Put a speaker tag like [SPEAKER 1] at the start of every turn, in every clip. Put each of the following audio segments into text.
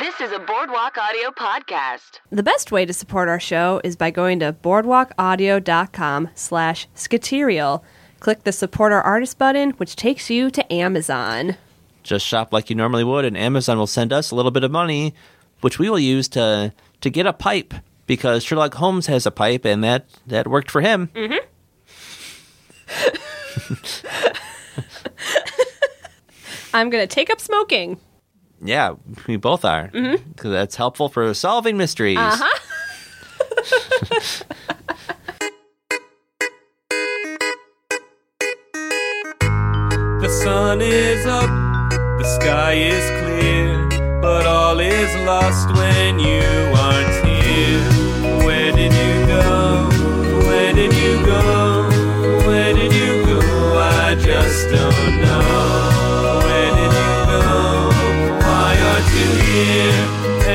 [SPEAKER 1] This is a Boardwalk Audio podcast.
[SPEAKER 2] The best way to support our show is by going to boardwalkaudio.com slash skaterial. Click the support our artist button, which takes you to Amazon.
[SPEAKER 3] just shop like you normally would and Amazon will send us a little bit of money which we will use to to get a pipe because Sherlock Holmes has a pipe and that that worked for him.
[SPEAKER 2] I'm going to take up smoking.
[SPEAKER 3] Yeah, we both are. Mm-hmm. Cuz that's helpful for solving mysteries. Uh-huh.
[SPEAKER 4] The sun is up, the sky is clear, but all is lost when you aren't here. Where did you go? Where did you go? Where did you go? I just don't know. Where did you go? Why aren't you here?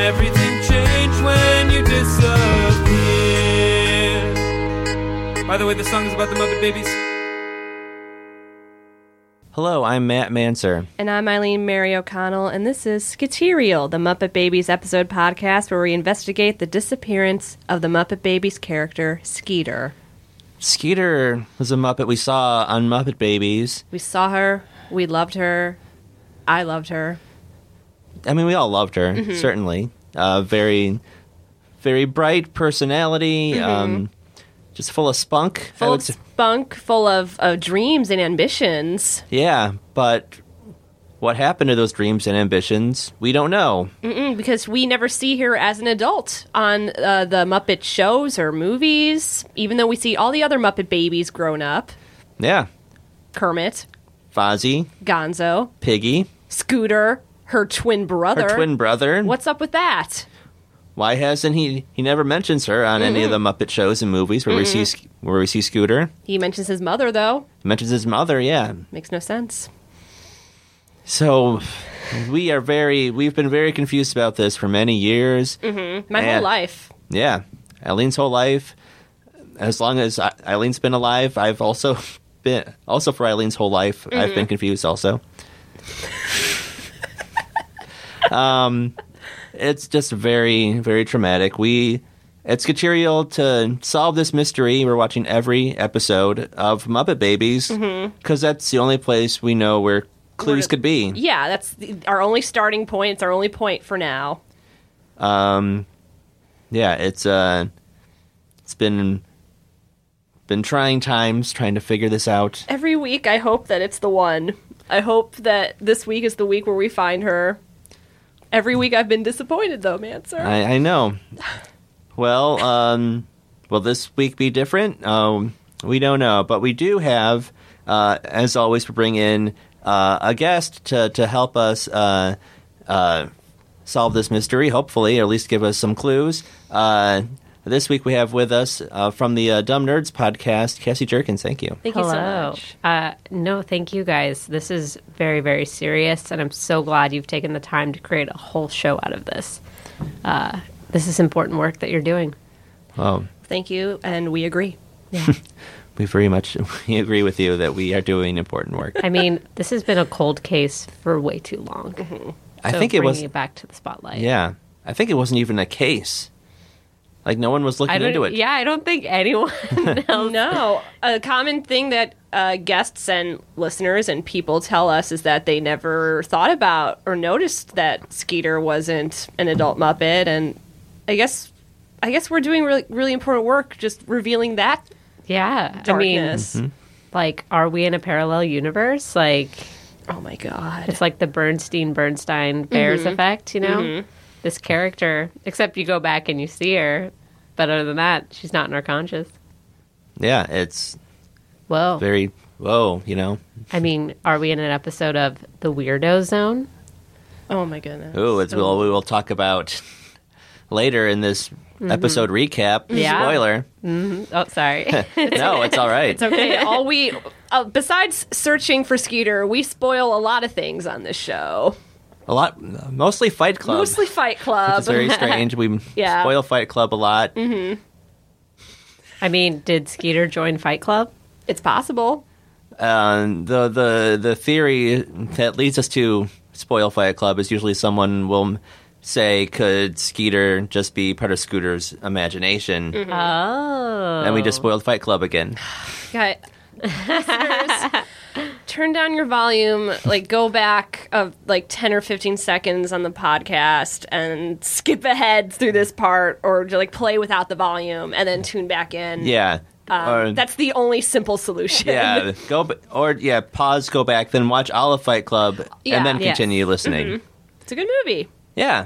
[SPEAKER 4] Everything changed when you disappeared. By the way, the song is about the Muppet Babies.
[SPEAKER 3] Hello, I'm Matt Manser.
[SPEAKER 2] And I'm Eileen Mary O'Connell, and this is Skaterial, the Muppet Babies episode podcast where we investigate the disappearance of the Muppet Babies character, Skeeter.
[SPEAKER 3] Skeeter was a Muppet we saw on Muppet Babies.
[SPEAKER 2] We saw her, we loved her, I loved her.
[SPEAKER 3] I mean, we all loved her, certainly. Uh, very, very bright personality, um, just full of spunk. I
[SPEAKER 2] Full
[SPEAKER 3] would
[SPEAKER 2] of
[SPEAKER 3] say.
[SPEAKER 2] spunk, full of uh, dreams and ambitions.
[SPEAKER 3] Yeah, but what happened to those dreams and ambitions? We don't know.
[SPEAKER 2] because we never see her as an adult on uh, the Muppet shows or movies, even though we see all the other Muppet babies grown up
[SPEAKER 3] Yeah.
[SPEAKER 2] Kermit,
[SPEAKER 3] Fozzie,
[SPEAKER 2] Gonzo,
[SPEAKER 3] Piggy,
[SPEAKER 2] Scooter, her twin brother.
[SPEAKER 3] her twin brother.
[SPEAKER 2] What's up with that?
[SPEAKER 3] Why hasn't he? He never mentions her on any of the Muppet shows and movies where we see where we see Scooter.
[SPEAKER 2] He mentions his mother, though.
[SPEAKER 3] He mentions his mother. Yeah.
[SPEAKER 2] Makes no sense.
[SPEAKER 3] So we are very we've been very confused about this for many years.
[SPEAKER 2] My
[SPEAKER 3] Yeah.
[SPEAKER 2] whole life.
[SPEAKER 3] Yeah, Eileen's whole life. As long as I- Eileen's been alive, I've also been also for Eileen's whole life. I've been confused. Also, um, Um, it's just very very traumatic. We at Skaterial to solve this mystery. We're watching every episode of Muppet Babies because that's the only place we know where clues could be.
[SPEAKER 2] Yeah, that's the, our only starting point. It's our only point for now.
[SPEAKER 3] Um, yeah, it's uh, it's been been trying times trying to figure this out.
[SPEAKER 2] Every week, I hope that it's the one. I hope that this week is the week where we find her. Every week, I've been disappointed, though, man, sir.
[SPEAKER 3] I, I know. Well, um, will this week be different? Um, we don't know, but we do have, uh, as always, we bring in uh, a guest to to help us uh, uh, solve this mystery, hopefully, or at least give us some clues. Uh, this week we have with us uh, from the uh, Dumb Nerds podcast, Cassie Jerkins. Thank you.
[SPEAKER 2] Thank you so much.
[SPEAKER 5] Uh, no, thank you guys. This is very, very serious, and I'm so glad you've taken the time to create a whole show out of this. Uh, this is important work that you're doing.
[SPEAKER 3] Wow.
[SPEAKER 2] Thank you, and we agree.
[SPEAKER 3] We very much we agree with you that we are doing important work.
[SPEAKER 5] I mean, this has been a cold case for way too long.
[SPEAKER 3] I
[SPEAKER 5] So
[SPEAKER 3] think it
[SPEAKER 5] bringing
[SPEAKER 3] was
[SPEAKER 5] it back to the spotlight.
[SPEAKER 3] yeah. I think it wasn't even a case. Like no one was
[SPEAKER 5] I
[SPEAKER 3] looking
[SPEAKER 5] don't,
[SPEAKER 3] into it.
[SPEAKER 5] Yeah, I don't think anyone else.
[SPEAKER 2] Oh, No, a common thing that uh, guests and listeners and people tell us is that they never thought about or noticed that Skeeter wasn't an adult Muppet, and I guess, I guess we're doing really, really important work just revealing that
[SPEAKER 5] Yeah,
[SPEAKER 2] darkness.
[SPEAKER 3] Mm-hmm.
[SPEAKER 5] I mean, like, are we in a parallel universe? Like,
[SPEAKER 2] Oh my god!
[SPEAKER 5] it's like the Bernstein Bernstein Bears
[SPEAKER 3] Mm-hmm.
[SPEAKER 5] effect, you know? This character, except you go back and you see her, but other than that, she's not in our conscious.
[SPEAKER 3] Yeah, it's
[SPEAKER 5] Whoa.
[SPEAKER 3] very whoa, you know.
[SPEAKER 5] I mean, are we in an episode of The Weirdo Zone?
[SPEAKER 2] Oh my goodness!
[SPEAKER 3] Oh, it's well we will talk about later in this episode recap.
[SPEAKER 5] Mm-hmm. Yeah.
[SPEAKER 3] Spoiler.
[SPEAKER 5] Oh, sorry.
[SPEAKER 3] no, it's all right.
[SPEAKER 2] It's okay. All we, uh, besides searching for Skeeter, we spoil a lot of things on this show.
[SPEAKER 3] A lot mostly Fight Club.
[SPEAKER 2] Mostly Fight Club.
[SPEAKER 3] it's very strange. We
[SPEAKER 2] Yeah.
[SPEAKER 3] spoil Fight Club a lot.
[SPEAKER 5] I mean, did Skeeter join Fight Club?
[SPEAKER 2] It's possible.
[SPEAKER 3] um, the the the theory that leads us to spoil Fight Club is usually someone will say, could Skeeter just be part of Scooter's imagination?
[SPEAKER 5] Oh.
[SPEAKER 3] And we just spoiled Fight Club again.
[SPEAKER 2] Got listeners, turn down your volume. Like go back of like ten or fifteen seconds on the podcast and skip ahead through this part, or just, like play without the volume and then tune back in. Um,
[SPEAKER 3] Yeah. or,
[SPEAKER 2] Uh, That's the only simple solution.
[SPEAKER 3] yeah. Go b- or yeah, pause, go back, then watch all of Fight Club,
[SPEAKER 2] Yeah. Mm-hmm.
[SPEAKER 3] and then
[SPEAKER 5] Yes.
[SPEAKER 3] continue listening.
[SPEAKER 2] it's a good movie.
[SPEAKER 3] Yeah.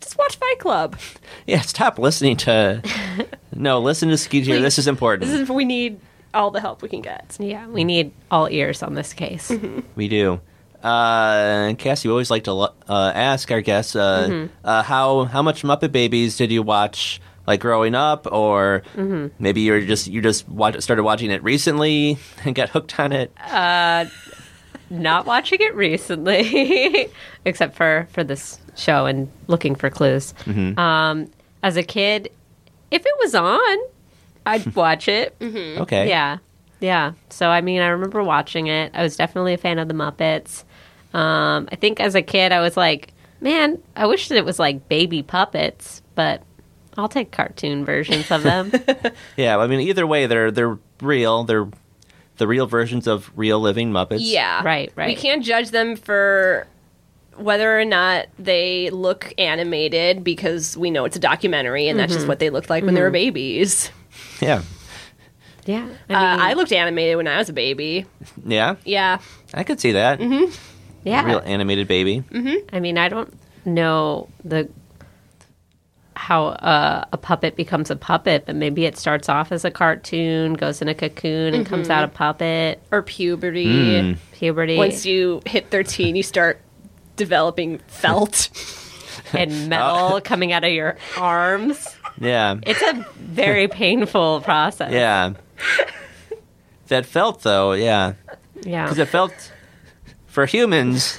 [SPEAKER 2] Just watch Fight Club.
[SPEAKER 3] Yeah, stop listening to. no, listen to Skeeter.
[SPEAKER 2] Please.
[SPEAKER 3] This is important.
[SPEAKER 2] This is we need all the help we can get.
[SPEAKER 5] Yeah, we need all ears on this case.
[SPEAKER 3] We do. Uh, Cassie, we always like to lo- uh, ask our guests uh,
[SPEAKER 5] Mm-hmm.
[SPEAKER 3] uh, how how much Muppet Babies did you watch like growing up, or
[SPEAKER 5] Mm-hmm.
[SPEAKER 3] maybe you're just you just watch, started watching it recently and got hooked on it.
[SPEAKER 5] Uh, Not watching it recently, except for for this show and looking for clues. Um, as a kid, if it was on, I'd watch it.
[SPEAKER 3] okay,
[SPEAKER 5] Yeah. Yeah. So I mean, I remember watching it. I was definitely a fan of the Muppets. Um, I think as a kid, I was like, man, I wish that it was like baby puppets, but I'll take cartoon versions of them.
[SPEAKER 3] yeah. I mean, either way, they're they're real. They're the real versions of real living Muppets.
[SPEAKER 2] Yeah.
[SPEAKER 5] Right, right.
[SPEAKER 2] We can't judge them for whether or not they look animated because we know it's a documentary and
[SPEAKER 5] Mm-hmm.
[SPEAKER 2] that's just what they looked like when they were babies.
[SPEAKER 3] yeah,
[SPEAKER 5] yeah. I
[SPEAKER 2] Uh,
[SPEAKER 5] mean,
[SPEAKER 2] I looked animated when I was a baby.
[SPEAKER 3] yeah.
[SPEAKER 2] Yeah.
[SPEAKER 3] I could see that
[SPEAKER 5] Mm-hmm. yeah. Mm-hmm.
[SPEAKER 3] real animated baby.
[SPEAKER 5] I mean, I don't know the how uh, a puppet becomes a puppet, but maybe it starts off as a cartoon, goes in a cocoon, and
[SPEAKER 2] Mm-hmm.
[SPEAKER 5] comes out a puppet.
[SPEAKER 2] Or puberty.
[SPEAKER 5] Hmm. Puberty
[SPEAKER 2] Once you hit 13, you start developing felt.
[SPEAKER 5] and metal coming out of your arms.
[SPEAKER 3] Yeah,
[SPEAKER 5] It's a very painful process.
[SPEAKER 3] yeah. that felt though. Yeah.
[SPEAKER 5] Yeah.
[SPEAKER 3] because it felt for humans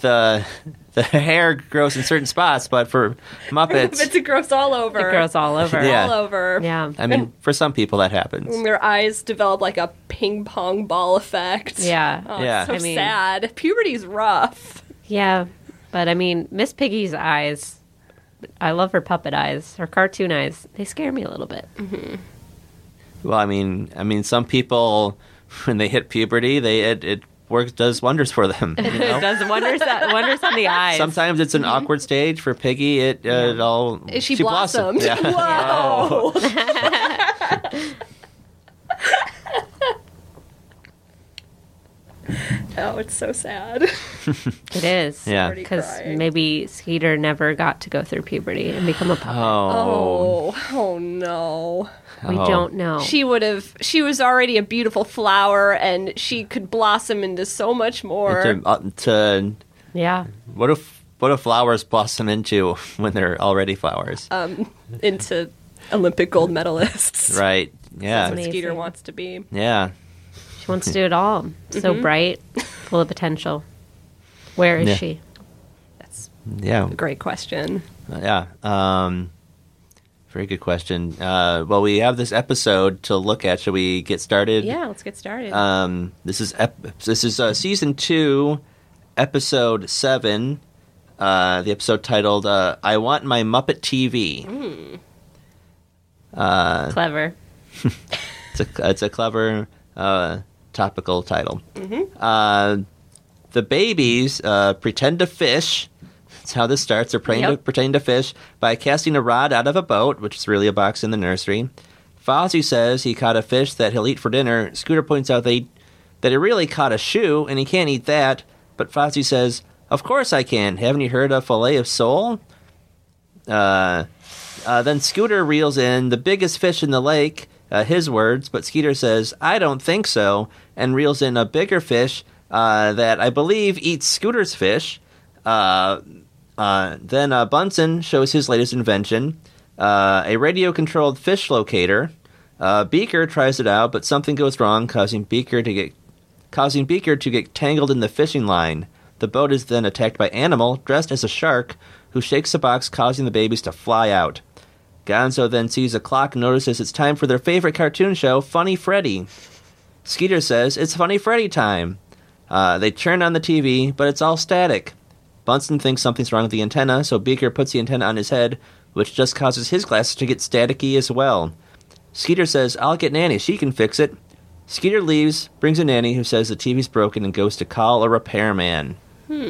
[SPEAKER 3] the the hair grows in certain spots, but for Muppets,
[SPEAKER 2] it's a gross all over.
[SPEAKER 5] it grows all over.
[SPEAKER 3] Yeah.
[SPEAKER 2] all over.
[SPEAKER 5] Yeah.
[SPEAKER 3] I mean, for some people that happens.
[SPEAKER 2] And Their eyes develop like a ping pong ball effect.
[SPEAKER 5] Yeah.
[SPEAKER 2] Oh,
[SPEAKER 3] Yeah.
[SPEAKER 2] It's so
[SPEAKER 5] I mean-
[SPEAKER 2] sad. Puberty's rough.
[SPEAKER 5] Yeah. But I mean, Miss Piggy's eyes, I love her puppet eyes, her cartoon eyes. They scare me a little bit.
[SPEAKER 3] Well, I mean, I mean, some people when they hit puberty, they it, it works does wonders for them. you know?
[SPEAKER 5] It does wonders, wonders on the eyes.
[SPEAKER 3] Sometimes it's an awkward stage for Piggy. It uh, it all
[SPEAKER 2] Mm-hmm. She, blossomed.
[SPEAKER 3] Yeah.
[SPEAKER 2] Whoa. oh, it's so sad.
[SPEAKER 5] It is.
[SPEAKER 3] Yeah. Already
[SPEAKER 5] Because
[SPEAKER 2] crying.
[SPEAKER 5] maybe Skeeter never got to go through puberty and become a puppet.
[SPEAKER 3] Oh,
[SPEAKER 2] Oh, oh no.
[SPEAKER 5] we
[SPEAKER 3] Oh.
[SPEAKER 5] don't know.
[SPEAKER 2] She would have she was already a beautiful flower and she could blossom into so much more.
[SPEAKER 3] to, uh, to
[SPEAKER 5] yeah.
[SPEAKER 3] what if what do flowers blossom into when they're already flowers?
[SPEAKER 2] Oh. into Olympic gold medalists.
[SPEAKER 3] right? Yeah.
[SPEAKER 5] That's me.
[SPEAKER 2] Skeeter
[SPEAKER 5] Amazing.
[SPEAKER 2] wants to be.
[SPEAKER 3] Yeah.
[SPEAKER 5] She wants to do it all. So
[SPEAKER 2] Mm-hmm.
[SPEAKER 5] bright, full of potential. Where is
[SPEAKER 3] Yeah.
[SPEAKER 5] she?
[SPEAKER 2] That's
[SPEAKER 3] Yeah.
[SPEAKER 2] a great question.
[SPEAKER 3] Yeah. Um, very good question. Uh, well, we have this episode to look at. Should we get started?
[SPEAKER 2] Yeah, let's get started.
[SPEAKER 3] Um, this is ep- this is uh, season two, episode seven. Uh, the episode titled uh, "I Want My Muppet TV." Uh.
[SPEAKER 5] Clever.
[SPEAKER 3] It's a it's a clever uh, topical title. Uh, the babies uh, pretend to fish. That's how this starts. They're pretending to,
[SPEAKER 2] Yep.
[SPEAKER 3] pretending to fish by casting a rod out of a boat, which is really a box in the nursery. Fozzie says he caught a fish that he'll eat for dinner. Scooter points out that he, that he really caught a shoe and he can't eat that. But Fozzie says, "Of course I can. Haven't you heard of fillet of sole?" Uh, uh, then Scooter reels in the biggest fish in the lake, uh, his words, but Skeeter says, I don't think so, and reels in a bigger fish uh, that I believe eats Scooter's fish. Uh, uh, then uh, Bunsen shows his latest invention uh, a radio controlled fish locator. Uh, Beaker tries it out, but something goes wrong, causing Beaker to get causing Beaker to get tangled in the fishing line. The boat is then attacked by Animal, dressed as a shark, who shakes the box, causing the babies to fly out. Gonzo then sees a clock and notices it's time for their favorite cartoon show, Funny Freddy. Skeeter says, It's Funny Freddy time. Uh, they turn on the TV, but it's all static. Bunsen thinks something's wrong with the antenna, so Beaker puts the antenna on his head, which just causes his glasses to get staticky as well. Skeeter says, I'll get Nanny, she can fix it. Skeeter leaves, brings a nanny who says the TV's broken and goes to call a repairman.
[SPEAKER 2] It's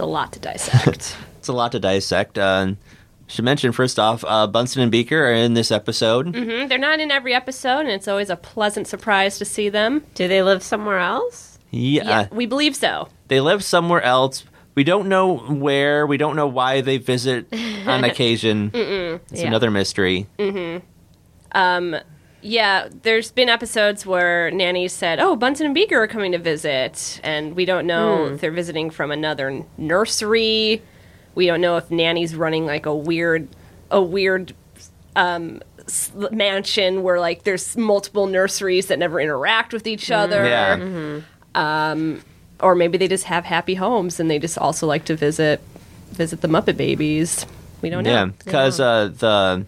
[SPEAKER 2] a lot to dissect.
[SPEAKER 3] It's a lot to dissect. Uh, should mention first off, uh, Bunsen and Beaker are in this episode.
[SPEAKER 2] Mhm, They're not in every episode, and it's always a pleasant surprise to see them.
[SPEAKER 5] Do they live somewhere else?
[SPEAKER 3] Yeah,
[SPEAKER 2] Yeah, we believe so.
[SPEAKER 3] they live somewhere else. We don't know where. We don't know why they visit on occasion. It's
[SPEAKER 5] Yeah. Mm-hmm.
[SPEAKER 3] another mystery.
[SPEAKER 2] Yeah, there's been episodes where nannies said, "Oh, Bunsen and Beaker are coming to visit," and we don't know
[SPEAKER 3] Hmm.
[SPEAKER 2] if they're visiting from another n- nursery. We don't know if nanny's running like a weird, a weird um, s- mansion where like there's multiple nurseries that never interact with each other,
[SPEAKER 3] Hmm. Yeah.
[SPEAKER 2] or maybe they just have happy homes and they just also like to visit visit the Muppet Babies. We don't
[SPEAKER 3] Yeah,
[SPEAKER 2] know.
[SPEAKER 3] because uh, the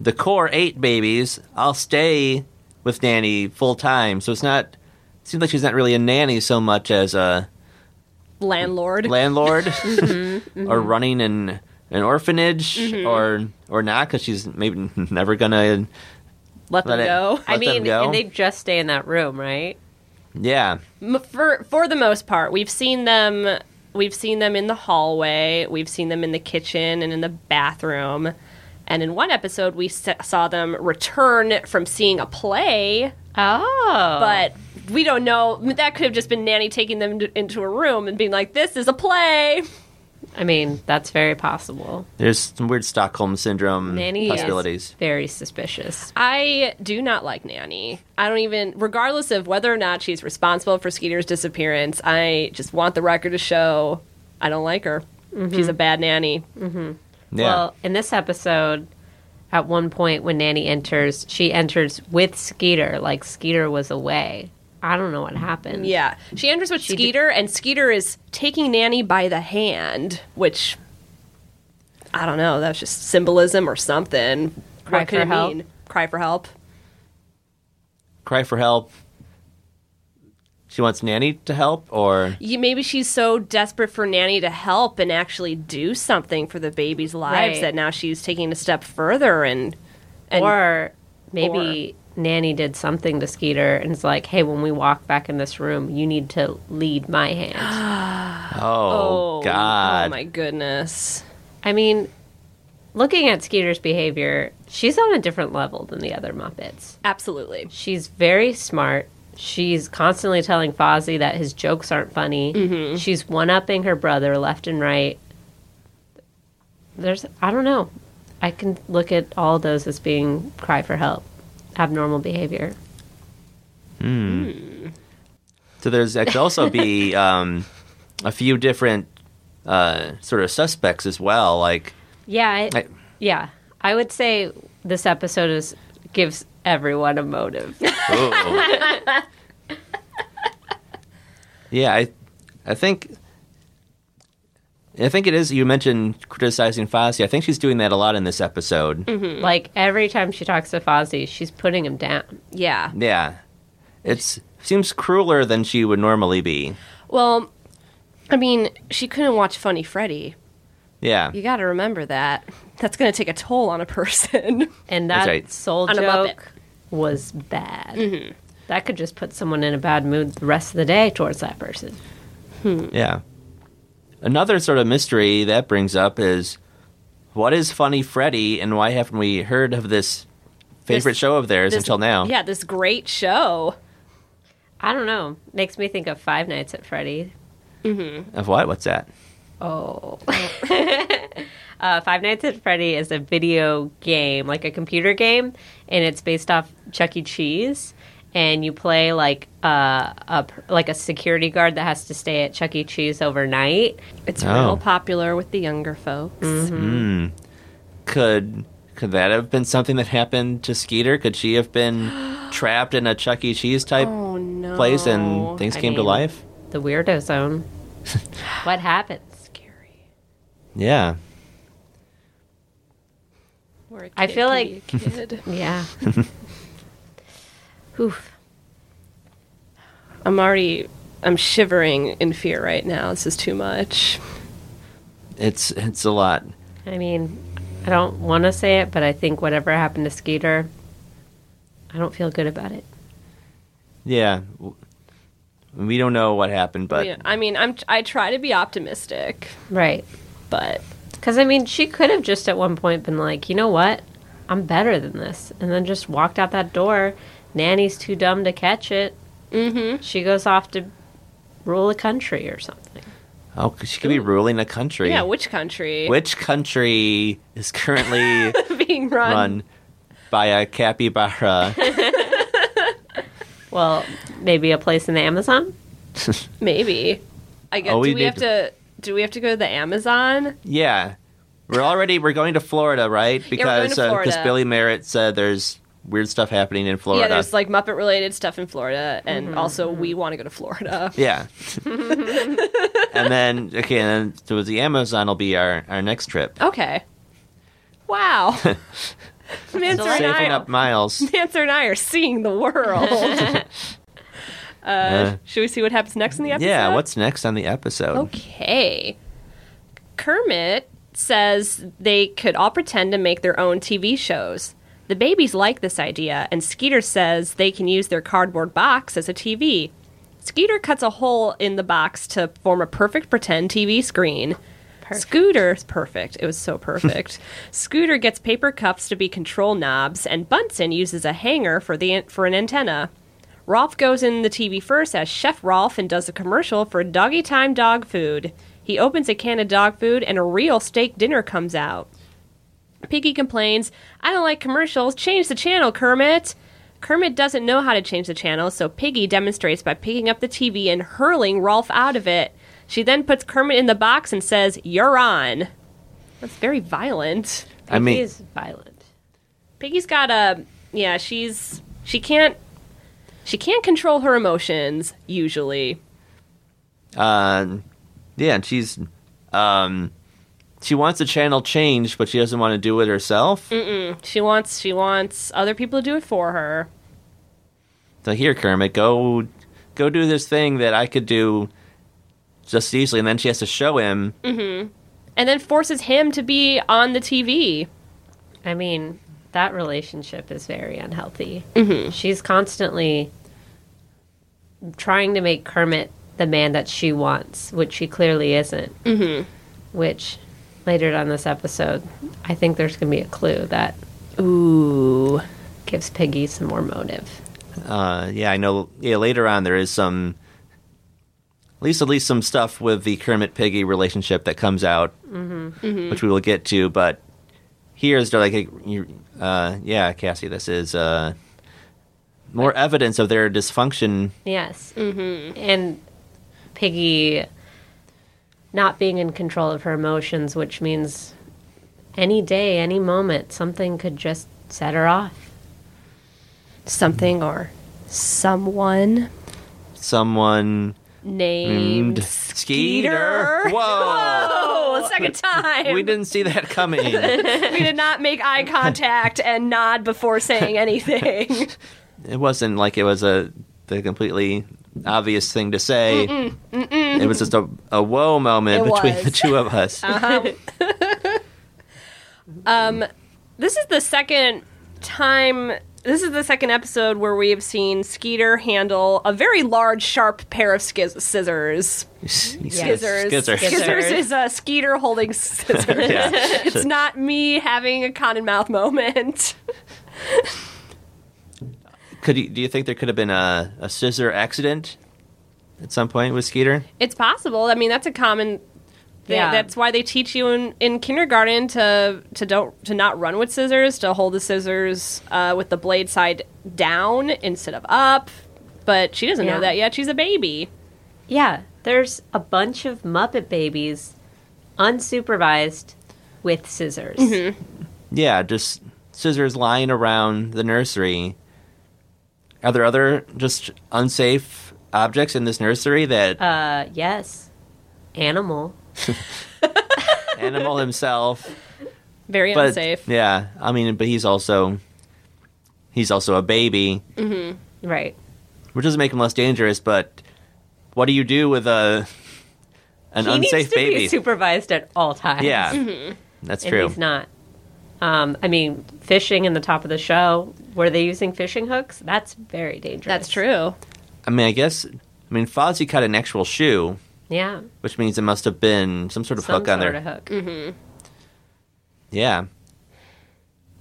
[SPEAKER 3] the core eight babies, I'll stay with nanny full time. So it's not. It seems like she's not really a nanny so much as a
[SPEAKER 2] Landlord.
[SPEAKER 3] landlord,
[SPEAKER 5] Mm-hmm.
[SPEAKER 3] or running an an orphanage, or or not because she's maybe never gonna.
[SPEAKER 2] let them
[SPEAKER 3] let it-
[SPEAKER 2] go.
[SPEAKER 5] I
[SPEAKER 3] Let them
[SPEAKER 5] mean,
[SPEAKER 3] go?
[SPEAKER 5] and they just stay in that room, right?
[SPEAKER 3] Yeah,
[SPEAKER 2] M- for for the most part, we've seen them. We've seen them in the hallway. We've seen them in the kitchen and in the bathroom. And in one episode, we s- saw them return from seeing a play,
[SPEAKER 5] Oh,
[SPEAKER 2] but we don't know. That could have just been Nanny taking them to, into a room and being like, "This is a play."
[SPEAKER 5] I mean, that's very possible.
[SPEAKER 3] there's some weird Stockholm syndrome
[SPEAKER 5] Nanny is
[SPEAKER 3] possibilities.
[SPEAKER 5] very suspicious.
[SPEAKER 2] I do not like Nanny. I don't even, regardless of whether or not she's responsible for Skeeter's disappearance, I just want the record to show I don't like her. She's a bad nanny.
[SPEAKER 3] Yeah.
[SPEAKER 5] Well, in this episode, at one point when Nanny enters, she enters with Skeeter, like Skeeter was away. I don't know what happened.
[SPEAKER 2] Yeah. She enters with Skeeter, and Skeeter is taking Nanny by the hand, which I don't know. That's just symbolism or something.
[SPEAKER 5] Cry
[SPEAKER 2] what could
[SPEAKER 5] for
[SPEAKER 2] it
[SPEAKER 5] help.
[SPEAKER 2] mean? Cry for help.
[SPEAKER 3] cry for help. She wants Nanny to help, or
[SPEAKER 2] You, maybe she's so desperate for Nanny to help and actually do something for the baby's lives
[SPEAKER 5] Right.
[SPEAKER 2] that now she's taking a step further and. and
[SPEAKER 5] or maybe Nanny did something to Skeeter and is like, "Hey, when we walk back in this room, you need to lead my hand."
[SPEAKER 2] Oh
[SPEAKER 3] oh, God,
[SPEAKER 2] my goodness.
[SPEAKER 5] I mean, looking at Skeeter's behavior, she's on a different level than the other Muppets.
[SPEAKER 2] Absolutely.
[SPEAKER 5] She's very smart. She's constantly telling Fozzie that his jokes aren't funny. She's one upping her brother left and right. There's, I don't know. I can look at all of those as being cry for help, abnormal behavior.
[SPEAKER 3] so there's that could also be um, a few different uh, sort of suspects as well. Like,
[SPEAKER 5] Yeah, I,
[SPEAKER 3] I-
[SPEAKER 5] yeah. I would say this episode is gives everyone a motive.
[SPEAKER 3] oh. yeah, I, I think. I think it is. You mentioned criticizing Fozzie. I think she's doing that a lot in this episode.
[SPEAKER 2] Mm-hmm.
[SPEAKER 5] like every time she talks to Fozzie, she's putting him down.
[SPEAKER 2] Yeah.
[SPEAKER 3] Yeah, it's seems crueler than she would normally be.
[SPEAKER 2] Well, I mean, she couldn't watch Funny Freddy.
[SPEAKER 3] Yeah,
[SPEAKER 2] You got to remember that. That's going to take a toll on a person.
[SPEAKER 5] And
[SPEAKER 3] That's
[SPEAKER 5] that
[SPEAKER 3] right.
[SPEAKER 5] soul
[SPEAKER 2] On a Muppet. Mm-hmm.
[SPEAKER 5] joke was bad. That could just put someone in a bad mood the rest of the day towards that person.
[SPEAKER 3] Yeah. Another sort of mystery that brings up is what is Funny Freddy and why haven't we heard of this favorite
[SPEAKER 2] This-
[SPEAKER 3] show of theirs
[SPEAKER 2] This-
[SPEAKER 3] until now?
[SPEAKER 2] Yeah, this great show.
[SPEAKER 5] I don't know. Makes me think of Five Nights at Freddy.
[SPEAKER 3] Of what? What's that?
[SPEAKER 5] Oh. uh, Five Nights at Freddy is a video game, like a computer game, and it's based off Chuck E. Cheese. And you play like uh, a p- like a security guard that has to stay at Chuck E. Cheese overnight.
[SPEAKER 2] It's
[SPEAKER 3] Oh. Mm-hmm.
[SPEAKER 2] real popular with the younger folks.
[SPEAKER 3] Could could that have been something that happened to Skeeter? Could she have been trapped in a Chuck E. Cheese type
[SPEAKER 2] Oh no.
[SPEAKER 3] place and things
[SPEAKER 5] I
[SPEAKER 3] came to
[SPEAKER 5] mean-
[SPEAKER 3] life?
[SPEAKER 5] The weirdo zone. what happens?
[SPEAKER 2] Scary.
[SPEAKER 3] Yeah.
[SPEAKER 2] We're a kid,
[SPEAKER 5] I
[SPEAKER 2] can
[SPEAKER 5] feel like-
[SPEAKER 2] be a kid.
[SPEAKER 5] Yeah. Oof.
[SPEAKER 2] I'm already I'm shivering in fear right now. This is too much.
[SPEAKER 3] It's it's a lot.
[SPEAKER 5] I mean, I don't want to say it, but I think whatever happened to Skeeter, I don't feel good about it.
[SPEAKER 3] Yeah. W- We don't know what happened, but
[SPEAKER 2] Yeah, I mean, I'm I try to be optimistic,
[SPEAKER 5] Right.
[SPEAKER 2] but
[SPEAKER 5] Because, I mean, she could have just at one point been like, you know what? I'm better than this. And then just walked out that door. Nanny's too dumb to catch it. Mm-hmm. She goes off to rule a country or something.
[SPEAKER 3] oh, she could be ruling a country.
[SPEAKER 2] yeah, which country
[SPEAKER 3] Which country is currently
[SPEAKER 2] being run?
[SPEAKER 3] run by a capybara?
[SPEAKER 5] Well, maybe a place in the Amazon?
[SPEAKER 2] Maybe. I guess
[SPEAKER 3] Oh, we
[SPEAKER 2] do we
[SPEAKER 3] need
[SPEAKER 2] have to, do we have to go to the Amazon?
[SPEAKER 3] yeah, we're already we're going to Florida, right?
[SPEAKER 2] we're going to
[SPEAKER 3] Because uh, 'cause
[SPEAKER 2] Florida.
[SPEAKER 3] Billy Merritt said there's weird stuff happening in Florida. Mm-hmm.
[SPEAKER 2] Yeah, there's like Muppet related stuff in Florida, and also we want to go to Florida.
[SPEAKER 3] Yeah. and then okay, and then so the Amazon will be our, our next trip.
[SPEAKER 2] Okay. Wow. Mancer and, I,
[SPEAKER 3] Saving up miles.
[SPEAKER 2] Mancer and I are seeing the world. uh,
[SPEAKER 3] Uh,
[SPEAKER 2] should we see what happens next in the episode?
[SPEAKER 3] yeah, what's next on the episode?
[SPEAKER 2] Okay. Kermit says they could all pretend to make their own TV shows. The babies like this idea, and Skeeter says they can use their cardboard box as a TV. Skeeter cuts a hole in the box to form a perfect pretend TV screen. Scooter, perfect. It was so perfect. Scooter gets paper cups to be control knobs, and Bunsen uses a hanger for the for an antenna. Rolf goes in the TV first as Chef Rolf and does a commercial for Doggy Time dog food. He opens a can of dog food and a real steak dinner comes out. Piggy complains, I don't like commercials. Change the channel, Kermit. Kermit doesn't know how to change the channel, so Piggy demonstrates by picking up the TV and hurling Rolf out of it. She then puts Kermit in the box and says, You're on. That's very violent.
[SPEAKER 3] I mean,
[SPEAKER 5] He's violent.
[SPEAKER 2] Piggy's got a yeah, she's she can't she can't control her emotions usually.
[SPEAKER 3] uh, yeah, and she's um, she wants the channel changed, but she doesn't want to do it herself.
[SPEAKER 2] She wants she wants other people to do it for her.
[SPEAKER 3] So here, Kermit, go go do this thing that I could do just easily, and then she has to show him.
[SPEAKER 2] And then forces him to be on the TV.
[SPEAKER 5] I mean, that relationship is very unhealthy. She's constantly trying to make Kermit the man that she wants, which she clearly isn't. Mm-hmm. Which later on this episode, I think there's going to be a clue that
[SPEAKER 2] Ooh.
[SPEAKER 5] gives Piggy some more motive.
[SPEAKER 3] Uh, yeah, I know. Yeah, later on there is some, at least at least some stuff with the Kermit Piggy relationship that comes out,
[SPEAKER 2] Mm-hmm.
[SPEAKER 3] which we will get to. But here's they're like, hey, you- uh, yeah, Cassie, this is uh, more evidence of their dysfunction.
[SPEAKER 5] Yes. Mm-hmm. And Piggy not being in control of her emotions, which means any day, any moment, something could just set her off.
[SPEAKER 2] Something or someone
[SPEAKER 3] Someone
[SPEAKER 2] named
[SPEAKER 3] Skeeter.
[SPEAKER 2] Skeeter.
[SPEAKER 3] Whoa.
[SPEAKER 2] Oh, second time.
[SPEAKER 3] We didn't see that coming.
[SPEAKER 2] we did not make eye contact and nod before saying anything.
[SPEAKER 3] it wasn't like it was a the completely obvious thing to say. It was just a, a whoa moment
[SPEAKER 2] It
[SPEAKER 3] between
[SPEAKER 2] was. Uh-huh.
[SPEAKER 3] the two of us.
[SPEAKER 2] This is the second time. This is the second episode where we have seen Skeeter handle a very large, sharp pair of skiz- scissors. Skizzers.
[SPEAKER 3] Skizzers.
[SPEAKER 2] Skizzers is a Skeeter holding scissors.
[SPEAKER 3] Yeah.
[SPEAKER 2] It's not me having a cotton mouth moment.
[SPEAKER 3] Could you, do you think there could have been a, a scissor accident at some point with Skeeter?
[SPEAKER 2] It's possible. I mean, that's a common. Thing.
[SPEAKER 5] Yeah.
[SPEAKER 2] That's why they teach you in, in kindergarten to to don't to not run with scissors, to hold the scissors uh, with the blade side down instead of up. But she doesn't
[SPEAKER 5] Yeah.
[SPEAKER 2] know that yet. She's a baby.
[SPEAKER 5] Yeah, there's a bunch of Muppet babies unsupervised with scissors.
[SPEAKER 3] Mm-hmm. Yeah, just scissors lying around the nursery. Are there other just unsafe objects in this nursery that
[SPEAKER 5] Uh, yes, animal.
[SPEAKER 3] animal himself?
[SPEAKER 2] Very
[SPEAKER 3] But
[SPEAKER 2] unsafe.
[SPEAKER 3] yeah, I mean, but he's also he's also a baby.
[SPEAKER 5] Right.
[SPEAKER 3] which doesn't make him less dangerous, but what do you do with a an
[SPEAKER 5] he
[SPEAKER 3] unsafe
[SPEAKER 5] needs to
[SPEAKER 3] baby?
[SPEAKER 5] be supervised at all times.
[SPEAKER 3] yeah, that's
[SPEAKER 5] and
[SPEAKER 3] true.
[SPEAKER 5] he's not. Um, I mean, fishing in the top of the show. Were they using fishing hooks? That's very dangerous.
[SPEAKER 2] That's true.
[SPEAKER 3] I mean, I guess. I mean, Fozzie cut an actual shoe,
[SPEAKER 5] Yeah,
[SPEAKER 3] which means it must have been some sort of
[SPEAKER 5] some
[SPEAKER 3] hook
[SPEAKER 5] sort
[SPEAKER 3] on there. Mm-hmm.
[SPEAKER 5] of hook.
[SPEAKER 3] Yeah.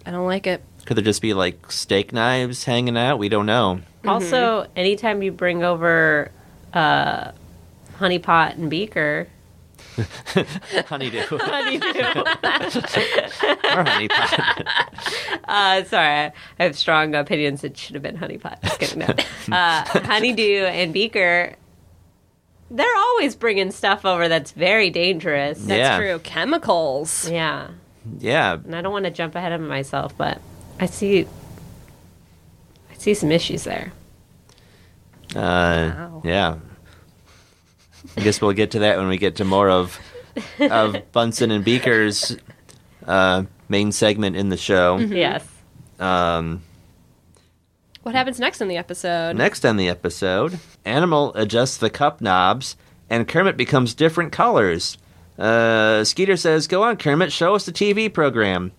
[SPEAKER 2] I don't like it.
[SPEAKER 3] Could there just be like steak knives hanging out? We don't know.
[SPEAKER 5] Also, anytime you bring over uh, honey pot and beaker,
[SPEAKER 3] Honeydew. Honeydew. or honey pot.
[SPEAKER 5] uh, sorry, I have strong opinions. It should have been honey pot. Just kidding. No. uh, honeydew and beaker, they're always bringing stuff over that's very dangerous.
[SPEAKER 2] That's
[SPEAKER 3] Yeah.
[SPEAKER 2] true. Chemicals.
[SPEAKER 5] Yeah,
[SPEAKER 3] Yeah.
[SPEAKER 5] and I don't want to jump ahead of myself, but I see, I see some issues there.
[SPEAKER 3] Uh, Yeah. I guess we'll get to that when we get to more of of Bunsen and Beaker's uh, main segment in the show.
[SPEAKER 5] Yes.
[SPEAKER 3] Um,
[SPEAKER 2] What happens next in the episode?
[SPEAKER 3] next on the episode, Animal adjusts the cup knobs, and Kermit becomes different colors. Uh, Skeeter says, "Go on, Kermit, show us the TV program."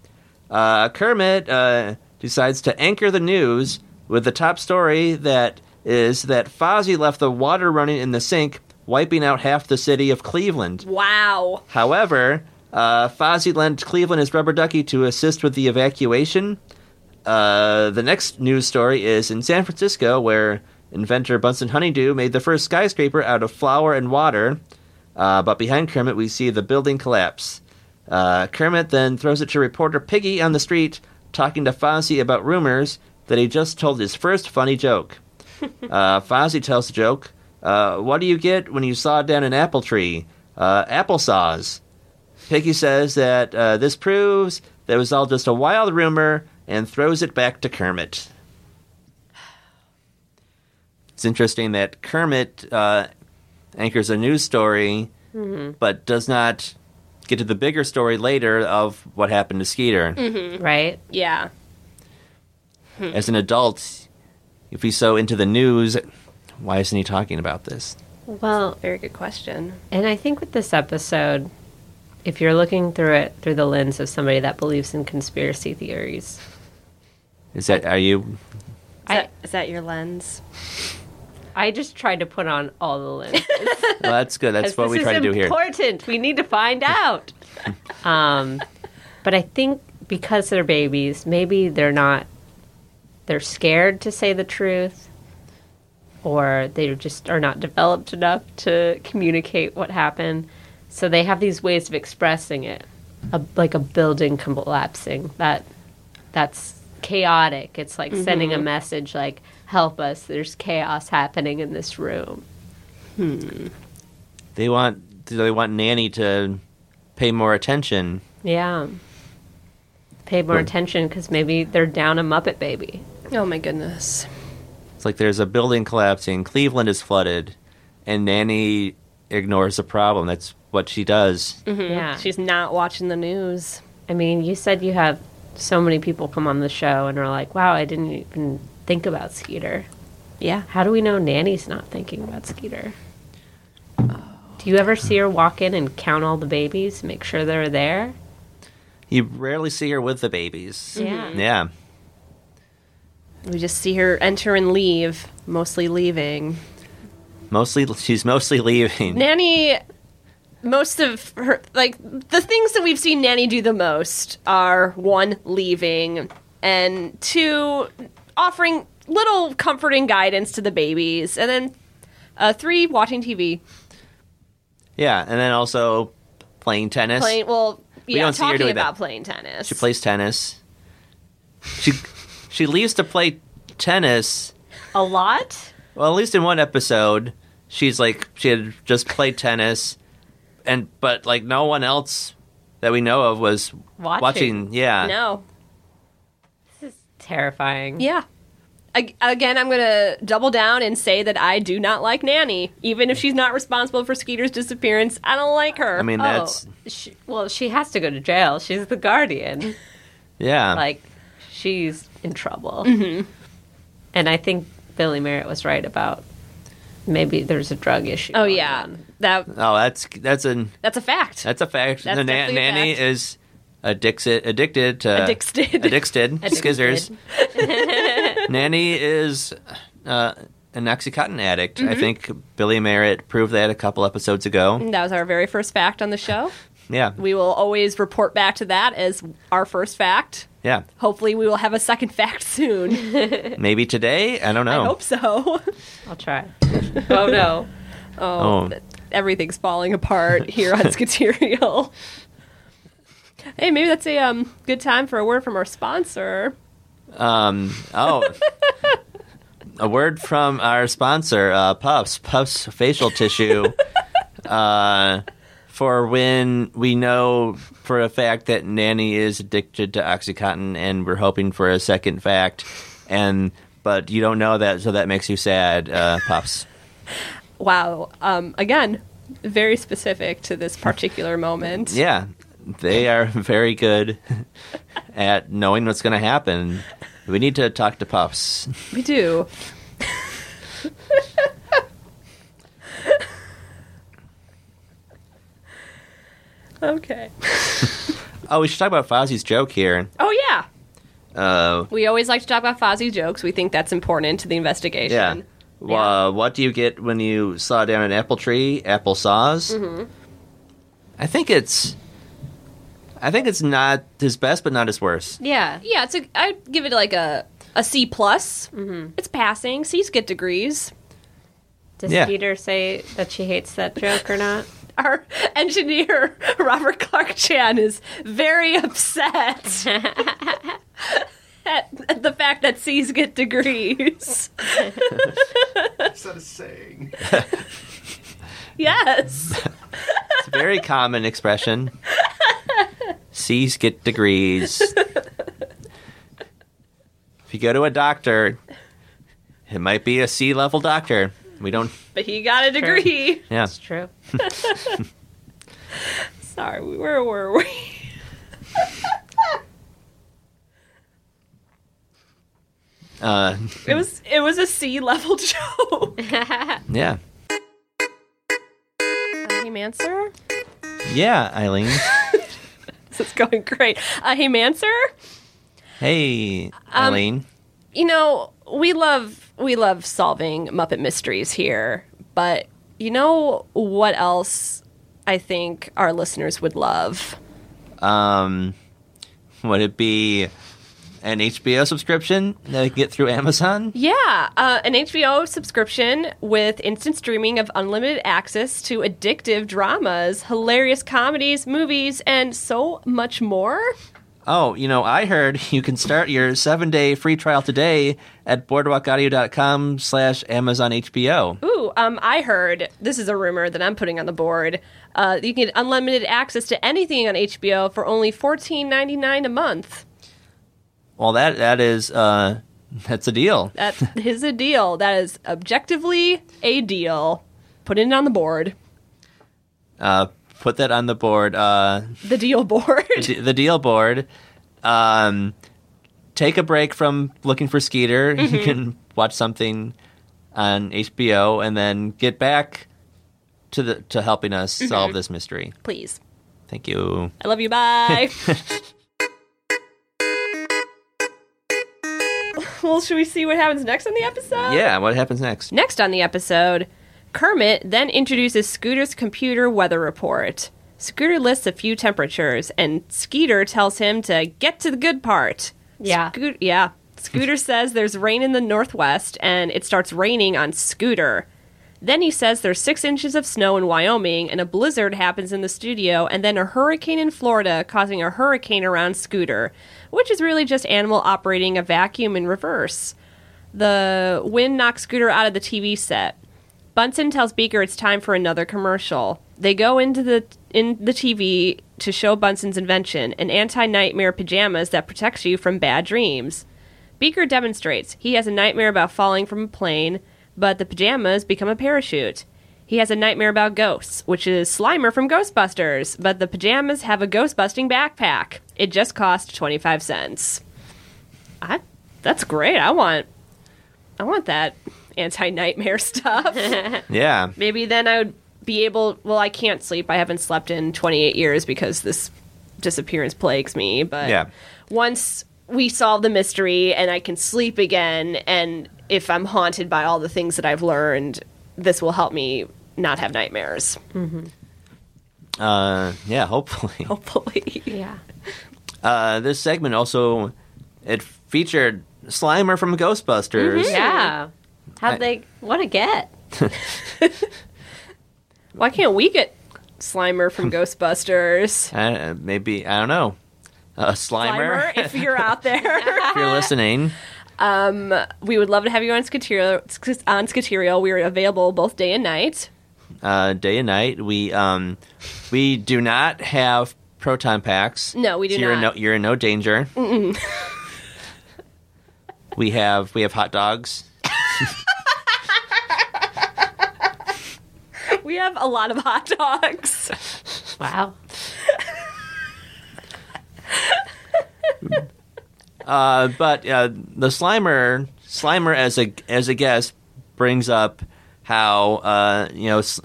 [SPEAKER 3] Uh, Kermit uh, decides to anchor the news with the top story that is that Fozzie left the water running in the sink, wiping out half the city of Cleveland.
[SPEAKER 2] Wow.
[SPEAKER 3] However, uh, Fozzie lent Cleveland his rubber ducky to assist with the evacuation. Uh, the next news story is in San Francisco, where inventor Bunsen Honeydew made the first skyscraper out of flour and water. Uh, but behind Kermit, we see the building collapse. Uh, Kermit then throws it to reporter Piggy on the street, talking to Fozzie about rumors that he just told his first funny joke. Uh, Fozzie tells the joke. Uh, what do you get when you saw down an apple tree? Uh, applesauce. Piggy says that uh, this proves that it was all just a wild rumor and throws it back to Kermit. It's interesting that Kermit uh, anchors a news story, but does not get to the bigger story later of what happened to Skeeter.
[SPEAKER 5] Right?
[SPEAKER 2] Yeah.
[SPEAKER 3] As an adult, if he's so into the news, why isn't he talking about this?
[SPEAKER 5] Well,
[SPEAKER 2] Very good question.
[SPEAKER 5] and I think with this episode, if you're looking through it through the lens of somebody that believes in conspiracy theories,
[SPEAKER 3] Is that are you?
[SPEAKER 2] Is,
[SPEAKER 5] I-
[SPEAKER 2] that, is that your lens?
[SPEAKER 5] I just tried to put on all the lenses.
[SPEAKER 3] Well, that's good. That's what we try to do here.
[SPEAKER 5] Important. We need to find out. um, but I think because they're babies, maybe they're not. They're scared to say the truth, or they just are not developed enough to communicate what happened. So they have these ways of expressing it, a, like a building collapsing. That that's chaotic. It's like sending a message like, "Help us! There's chaos happening in this room."
[SPEAKER 3] They want do they want nanny to pay more attention?
[SPEAKER 5] Yeah. Pay more attention because maybe they're down a Muppet baby.
[SPEAKER 2] Oh my goodness.
[SPEAKER 3] It's like there's a building collapsing, Cleveland is flooded, and nanny ignores the problem. That's what she does.
[SPEAKER 5] Yeah.
[SPEAKER 2] Mm-hmm. She's not watching the news.
[SPEAKER 5] I mean, you said you have so many people come on the show and are like, wow, I didn't even think about Skeeter.
[SPEAKER 2] Yeah.
[SPEAKER 5] How do we know Nanny's not thinking about Skeeter? Do you ever see her walk in and count all the babies, make sure they're there?
[SPEAKER 3] You rarely see her with the babies.
[SPEAKER 2] Mm-hmm.
[SPEAKER 5] Yeah.
[SPEAKER 3] Yeah.
[SPEAKER 2] We just see her enter and leave, mostly leaving.
[SPEAKER 3] Mostly she's mostly leaving.
[SPEAKER 2] Nanny, most of her, like, the things that we've seen Nanny do the most are one, leaving, and two, offering little comforting guidance to the babies, and then uh, three, watching TV,
[SPEAKER 3] Yeah, and then also playing tennis.
[SPEAKER 2] playing, well,
[SPEAKER 3] We
[SPEAKER 2] yeah,
[SPEAKER 3] don't see her
[SPEAKER 2] talking
[SPEAKER 3] doing
[SPEAKER 2] about
[SPEAKER 3] that.
[SPEAKER 2] playing tennis.
[SPEAKER 3] She plays tennis. She she leaves to play tennis.
[SPEAKER 5] A lot?
[SPEAKER 3] Well, at least in one episode, she's like she had just played tennis, and but like no one else that we know of was
[SPEAKER 5] Watching.
[SPEAKER 3] yeah,
[SPEAKER 2] no.
[SPEAKER 5] This is terrifying.
[SPEAKER 2] Yeah. Ag- Again, I'm going to double down and say that I do not like Nanny. Even if she's not responsible for Skeeter's disappearance, I don't like her.
[SPEAKER 3] I mean
[SPEAKER 5] Oh,
[SPEAKER 3] that's
[SPEAKER 5] she, well, she has to go to jail. She's the guardian.
[SPEAKER 3] yeah.
[SPEAKER 5] like Mm-hmm. she's in trouble. And I think Billy Merritt was right about maybe there's a drug issue.
[SPEAKER 2] Oh
[SPEAKER 5] going
[SPEAKER 2] yeah,
[SPEAKER 5] on.
[SPEAKER 2] that
[SPEAKER 3] Oh, that's that's an
[SPEAKER 2] that's a fact.
[SPEAKER 3] that's a fact.
[SPEAKER 2] That's
[SPEAKER 3] the na-
[SPEAKER 2] definitely a
[SPEAKER 3] nanny
[SPEAKER 2] fact.
[SPEAKER 3] is addicted addicted to
[SPEAKER 2] Addicted.
[SPEAKER 3] addicted
[SPEAKER 5] Addicted.
[SPEAKER 3] skizzers. nanny is uh, an oxycontin addict.
[SPEAKER 2] Mm-hmm.
[SPEAKER 3] I think Billy Merritt proved that a couple episodes ago.
[SPEAKER 2] that was our very first fact on the show.
[SPEAKER 3] Yeah,
[SPEAKER 2] We will always report back to that as our first fact.
[SPEAKER 3] yeah.
[SPEAKER 2] Hopefully, we will have a second fact soon.
[SPEAKER 3] Maybe today. I don't know.
[SPEAKER 2] I hope so.
[SPEAKER 5] I'll try. oh no.
[SPEAKER 3] Oh,
[SPEAKER 2] Everything's falling apart here on Skaterial. hey, maybe that's a um, good time for a word from our sponsor.
[SPEAKER 3] Um, oh. A word from our sponsor, uh, Puffs, Puffs facial tissue, uh, for when we know for a fact that Nanny is addicted to OxyContin, and we're hoping for a second fact, and but you don't know that, so that makes you sad, uh, Puffs.
[SPEAKER 2] Wow. Um, again, very specific to this particular moment.
[SPEAKER 3] Yeah, they are very good at knowing what's going to happen. We need to talk to Puffs.
[SPEAKER 2] We do. okay.
[SPEAKER 3] Oh, we should talk about Fozzie's joke here.
[SPEAKER 2] Oh yeah.
[SPEAKER 3] Uh,
[SPEAKER 2] We always like to talk about Fozzie jokes. We think that's important to the investigation.
[SPEAKER 3] Yeah. Wha- what do you get when you saw down an apple tree? Apple saws. Mm-hmm. I think it's. I think it's not his best, but not his worst.
[SPEAKER 5] Yeah.
[SPEAKER 2] Yeah, it's a I'd give it like a a C plus. Mm-hmm. It's passing. C's get degrees.
[SPEAKER 5] Does
[SPEAKER 3] Yeah.
[SPEAKER 5] Peter say that she hates that joke or not?
[SPEAKER 2] Our engineer Robert Clark Chan is very upset at, at the fact that C's get degrees.
[SPEAKER 6] Is that a saying?
[SPEAKER 2] Yes.
[SPEAKER 3] It's a very common expression. C's get degrees. if you go to a doctor, it might be a C level doctor. We don't.
[SPEAKER 2] But he got a
[SPEAKER 5] Sure.
[SPEAKER 2] degree.
[SPEAKER 3] Yeah.
[SPEAKER 5] It's true.
[SPEAKER 2] Sorry, where were we?
[SPEAKER 3] Uh,
[SPEAKER 2] It was it was a C level joke.
[SPEAKER 3] yeah.
[SPEAKER 2] hey Manser?
[SPEAKER 3] Yeah, Eileen.
[SPEAKER 2] This is going great. Uh, hey Manser?
[SPEAKER 3] Hey, Eileen.
[SPEAKER 2] You know, we love we love solving Muppet mysteries here, but you know what else I think our listeners would love?
[SPEAKER 3] Um, would it be an HBO subscription that I could get through Amazon?
[SPEAKER 2] Yeah, uh, an HBO subscription with instant streaming of unlimited access to addictive dramas, hilarious comedies, movies, and so much more.
[SPEAKER 3] Oh, you know, I heard you can start your seven-day free trial today at boardwalkaudio.com slash Amazon HBO.
[SPEAKER 2] Ooh, um, I heard this is a rumor that I'm putting on the board. Uh, you can get unlimited access to anything on HBO for only fourteen ninety nine a month.
[SPEAKER 3] Well, that that is uh, that's a deal.
[SPEAKER 2] That is a deal. That is objectively a deal. Put it on the board,
[SPEAKER 3] Uh, put that on the board, uh,
[SPEAKER 2] the deal board.
[SPEAKER 3] d- the deal board. Um, take a break from looking for Skeeter.
[SPEAKER 2] Mm-hmm.
[SPEAKER 3] You can watch something on HBO and then get back to the to helping us
[SPEAKER 2] Mm-hmm.
[SPEAKER 3] solve this mystery.
[SPEAKER 2] Please,
[SPEAKER 3] Thank you.
[SPEAKER 2] I love you. Bye. well, should we see what happens next on the episode?
[SPEAKER 3] Yeah, what happens next?
[SPEAKER 2] Next on the episode, Kermit then introduces Scooter's computer weather report. Scooter lists a few temperatures, and Skeeter tells him to get to the good part.
[SPEAKER 5] Yeah.
[SPEAKER 2] Scoot- yeah. Scooter says there's rain in the northwest, and it starts raining on Scooter. Then he says there's six inches of snow in Wyoming, and a blizzard happens in the studio, and then a hurricane in Florida, causing a hurricane around Scooter, which is really just Animal operating a vacuum in reverse. The wind knocks Scooter out of the TV set. Bunsen tells Beaker it's time for another commercial. They go into the in the TV to show Bunson's invention, an anti-nightmare pajamas that protects you from bad dreams. Beaker demonstrates. He has a nightmare about falling from a plane, but the pajamas become a parachute. He has a nightmare about ghosts, which is Slimer from Ghostbusters, but the pajamas have a ghost busting backpack. It just cost 25 cents. I that's great. I want I want that. anti nightmare stuff.
[SPEAKER 3] Yeah.
[SPEAKER 2] Maybe then I would be able. Well, I can't sleep. I haven't slept in 28 years because this disappearance plagues me. But
[SPEAKER 3] Yeah.
[SPEAKER 2] once we solve the mystery and I can sleep again, and if I'm haunted by all the things that I've learned, this will help me not have nightmares.
[SPEAKER 3] Uh, yeah, hopefully.
[SPEAKER 2] Hopefully.
[SPEAKER 5] Yeah.
[SPEAKER 3] Uh, this segment also it featured Slimer from Ghostbusters.
[SPEAKER 2] Mm-hmm.
[SPEAKER 5] Yeah. How'd they want to get?
[SPEAKER 2] Why can't we get Slimer from Ghostbusters?
[SPEAKER 3] Uh, maybe I don't know. Uh, Slimer,
[SPEAKER 2] Slimer, if you're out there,
[SPEAKER 3] if you're listening,
[SPEAKER 2] we would love to have you on Skaterial. On Skaterial, we are available both day and night.
[SPEAKER 3] uh, day and night. We um, we do not have proton packs.
[SPEAKER 2] No, we do
[SPEAKER 3] so you're In
[SPEAKER 2] not.
[SPEAKER 3] no, you're in no danger. we have we have hot dogs.
[SPEAKER 2] We have a lot of hot dogs.
[SPEAKER 5] Wow.
[SPEAKER 3] Uh, but uh, the Slimer, Slimer as a as a guest brings up how uh, you know s-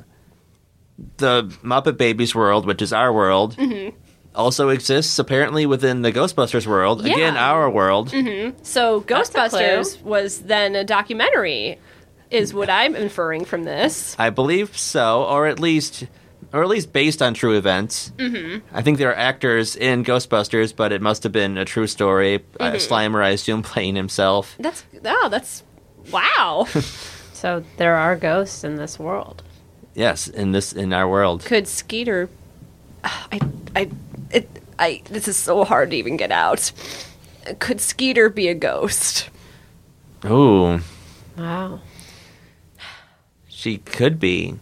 [SPEAKER 3] the Muppet Babies world, which is our world,
[SPEAKER 2] Mm-hmm.
[SPEAKER 3] also exists apparently within the Ghostbusters world. Again,
[SPEAKER 2] Yeah. Mm-hmm.
[SPEAKER 3] our world.
[SPEAKER 2] So
[SPEAKER 5] a clue.
[SPEAKER 2] Ghostbusters was then a documentary, is what I'm inferring from this.
[SPEAKER 3] I believe so, or at least. Or at least based on true events. Mm-hmm. I think there are actors in Ghostbusters, but it must have been a true story. Uh,
[SPEAKER 2] Mm-hmm.
[SPEAKER 3] Slimer, I assume, playing himself.
[SPEAKER 2] That's oh, that's wow.
[SPEAKER 5] So there are ghosts in this world.
[SPEAKER 3] Yes, in this in our world.
[SPEAKER 2] Could Skeeter? I I it I. This is so hard to even get out. Could Skeeter be a ghost?
[SPEAKER 3] Ooh.
[SPEAKER 5] Wow.
[SPEAKER 3] She could be.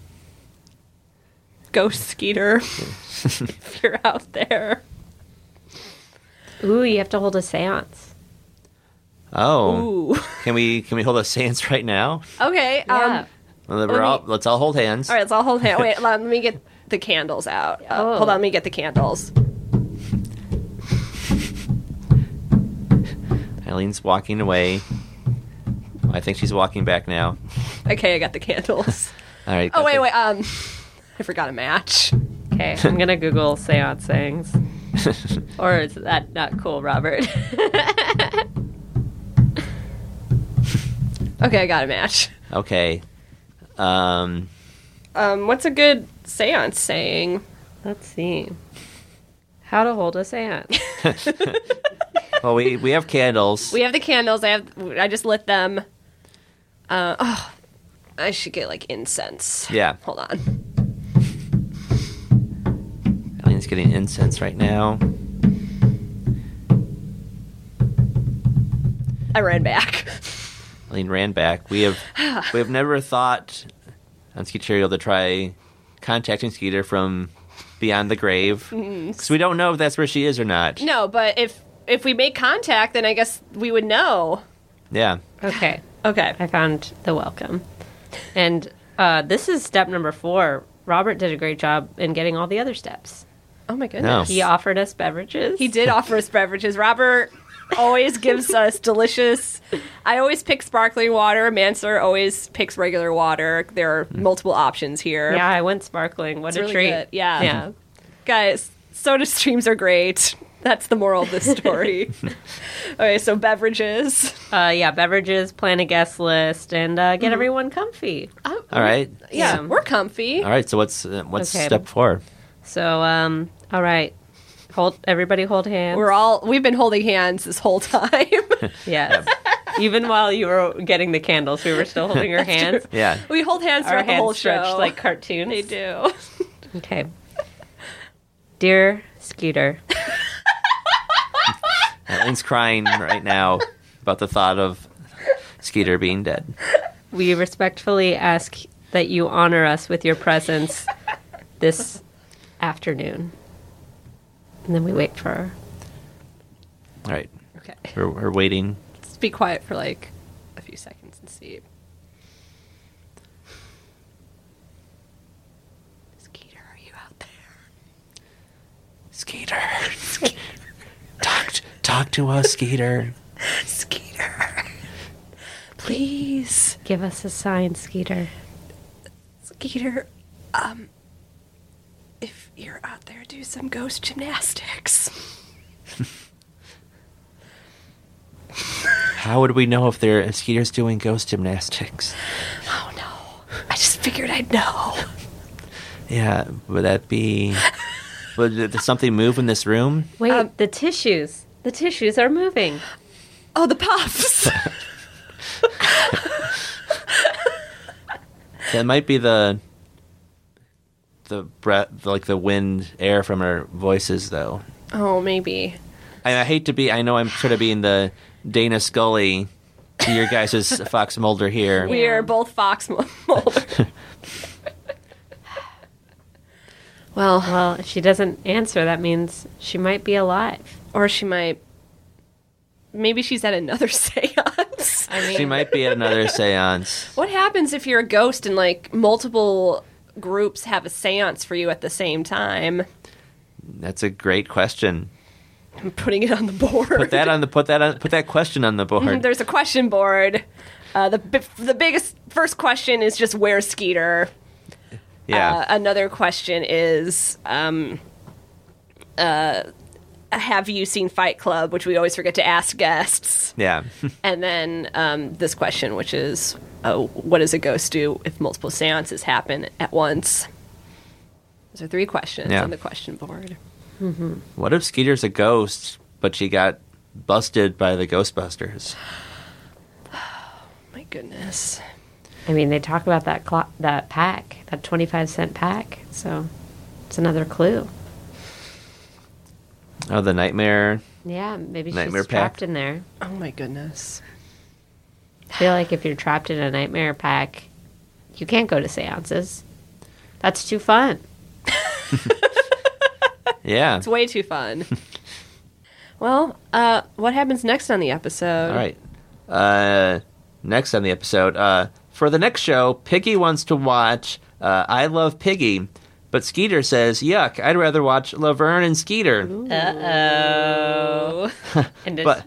[SPEAKER 2] Ghost Skeeter, if you're out there.
[SPEAKER 5] Ooh, you have to hold a séance.
[SPEAKER 3] Oh,
[SPEAKER 2] Ooh.
[SPEAKER 3] can we can we hold a seance right now?
[SPEAKER 2] Okay. Um,
[SPEAKER 5] Yeah.
[SPEAKER 3] Well, we're all, let's all hold hands.
[SPEAKER 2] All right, so I'll hold hand. Wait, let me get the candles out. Uh,
[SPEAKER 5] Oh.
[SPEAKER 2] Hold on, let me get the candles.
[SPEAKER 3] Eileen's walking away. I think she's walking back now.
[SPEAKER 2] Okay, I got the candles.
[SPEAKER 3] All right.
[SPEAKER 2] Oh
[SPEAKER 3] that's
[SPEAKER 2] wait,
[SPEAKER 3] it.
[SPEAKER 2] wait. Um, I forgot a match.
[SPEAKER 5] okay, I'm gonna Google séance sayings. or is that not cool, Robert?
[SPEAKER 2] Okay, I got a match.
[SPEAKER 3] Okay. Um.
[SPEAKER 2] Um, what's a good séance saying?
[SPEAKER 5] Let's see. How to hold a séance.
[SPEAKER 3] Well, we we have candles.
[SPEAKER 2] We have the candles. I have. I just lit them. Uh, oh, I should get like incense.
[SPEAKER 3] Yeah.
[SPEAKER 2] Hold on.
[SPEAKER 3] Eileen's getting incense right now.
[SPEAKER 2] I ran back.
[SPEAKER 3] Eileen ran back. We have we have never thought on Skeeterial to try contacting Skeeter from beyond the grave because we don't know if that's where she is or not.
[SPEAKER 2] Mm. No, but if if we make contact, then I guess we would know.
[SPEAKER 3] Yeah.
[SPEAKER 5] Okay,
[SPEAKER 2] Okay.
[SPEAKER 5] I found the welcome. And uh, this is step number four. Robert did a great job in getting all the other steps.
[SPEAKER 2] Oh my goodness.
[SPEAKER 3] No.
[SPEAKER 5] He offered us beverages.
[SPEAKER 2] He did offer us beverages. Robert always gives us delicious. I always pick sparkling water. Mansur always picks regular water. There are multiple options here.
[SPEAKER 5] Yeah, I went sparkling. What
[SPEAKER 2] It's
[SPEAKER 5] a
[SPEAKER 2] really
[SPEAKER 5] treat.
[SPEAKER 2] good. Yeah.
[SPEAKER 5] Yeah.
[SPEAKER 2] Guys, soda streams are great. That's the moral of this story. okay, so beverages.
[SPEAKER 5] Uh, yeah, beverages, plan a guest list, and uh,
[SPEAKER 2] Mm-hmm.
[SPEAKER 5] get everyone comfy.
[SPEAKER 3] All right.
[SPEAKER 2] Mm. Yeah,
[SPEAKER 5] Yeah.
[SPEAKER 2] we're comfy.
[SPEAKER 3] All right. So what's uh, what's
[SPEAKER 5] Okay.
[SPEAKER 3] step four?
[SPEAKER 5] So, um, all right. Hold everybody hold hands.
[SPEAKER 2] We're all we've been holding hands this whole time.
[SPEAKER 5] yes. Even while you were getting the candles, we were still holding our hands.
[SPEAKER 3] Yeah.
[SPEAKER 2] we hold hands
[SPEAKER 5] Our
[SPEAKER 2] throughout the
[SPEAKER 5] hands
[SPEAKER 2] whole
[SPEAKER 5] stretched
[SPEAKER 2] show.
[SPEAKER 5] like cartoons.
[SPEAKER 2] they do.
[SPEAKER 5] Okay. Dear Skeeter,
[SPEAKER 3] Elaine's crying right now about the thought of Skeeter being dead.
[SPEAKER 5] we respectfully ask that you honor us with your presence this afternoon. And then we wait for her.
[SPEAKER 3] All right.
[SPEAKER 2] Okay.
[SPEAKER 3] We're, we're waiting.
[SPEAKER 2] Let's be quiet for like a few seconds and see. Skeeter, are you out there?
[SPEAKER 3] Skeeter. talk, t- talk to us, Skeeter.
[SPEAKER 2] Skeeter. Please.
[SPEAKER 5] Give us a sign, Skeeter.
[SPEAKER 2] Skeeter, um, if you're out there, do some ghost gymnastics.
[SPEAKER 3] How would we know if they're Skeeter's doing ghost gymnastics?
[SPEAKER 2] Oh no. I just figured I'd know.
[SPEAKER 3] Yeah, would that be? Would th- something move in this room?
[SPEAKER 5] Wait,
[SPEAKER 2] Um,
[SPEAKER 5] the tissues. The tissues are moving.
[SPEAKER 2] Oh, the puffs.
[SPEAKER 3] That might be the the breath, like the wind, air from her voices, though.
[SPEAKER 2] oh, maybe.
[SPEAKER 3] I, I hate to be. I know I'm sort of being the Dana Scully to your guys' Fox Mulder here.
[SPEAKER 2] We
[SPEAKER 5] Um,
[SPEAKER 2] are both fox mo- mold. well,
[SPEAKER 5] Well, if she doesn't answer, that means she might be alive.
[SPEAKER 2] or she might. Maybe she's at another seance.
[SPEAKER 5] I mean,
[SPEAKER 3] She might be at another séance.
[SPEAKER 2] What happens if you're a ghost and like multiple groups have a seance for you at the same time?
[SPEAKER 3] That's a great question.
[SPEAKER 2] I'm putting it on the board.
[SPEAKER 3] Put that on the put that on put that question on the board.
[SPEAKER 2] Mm, There's a question board. Uh, the bi- the biggest first question is just where's Skeeter. Uh,
[SPEAKER 3] yeah,
[SPEAKER 2] another question is, um, uh, have you seen Fight Club? Which we always forget to ask guests.
[SPEAKER 3] yeah.
[SPEAKER 2] And then um, this question, which is, uh, what does a ghost do if multiple seances happen at once? Those are three questions
[SPEAKER 3] Yeah.
[SPEAKER 2] on the question board.
[SPEAKER 3] what if Skeeter's a ghost, but she got busted by the Ghostbusters?
[SPEAKER 2] My goodness.
[SPEAKER 5] I mean, they talk about that clock, that pack, that twenty-five cent pack. So it's another clue.
[SPEAKER 3] Oh, the nightmare.
[SPEAKER 5] Yeah, maybe
[SPEAKER 3] Nightmare
[SPEAKER 5] she's trapped
[SPEAKER 3] pack.
[SPEAKER 5] in there.
[SPEAKER 2] Oh my goodness.
[SPEAKER 5] I feel like if you're trapped in a nightmare pack, you can't go to seances. That's too fun.
[SPEAKER 3] Yeah.
[SPEAKER 2] It's way too fun. well, uh, what happens next on the episode?
[SPEAKER 3] All right. Uh, next on the episode, uh, for the next show, Piggy wants to watch uh, I Love Piggy, but Skeeter says, "Yuck! I'd rather watch Laverne and Skeeter."
[SPEAKER 5] Uh oh. and it's,
[SPEAKER 3] But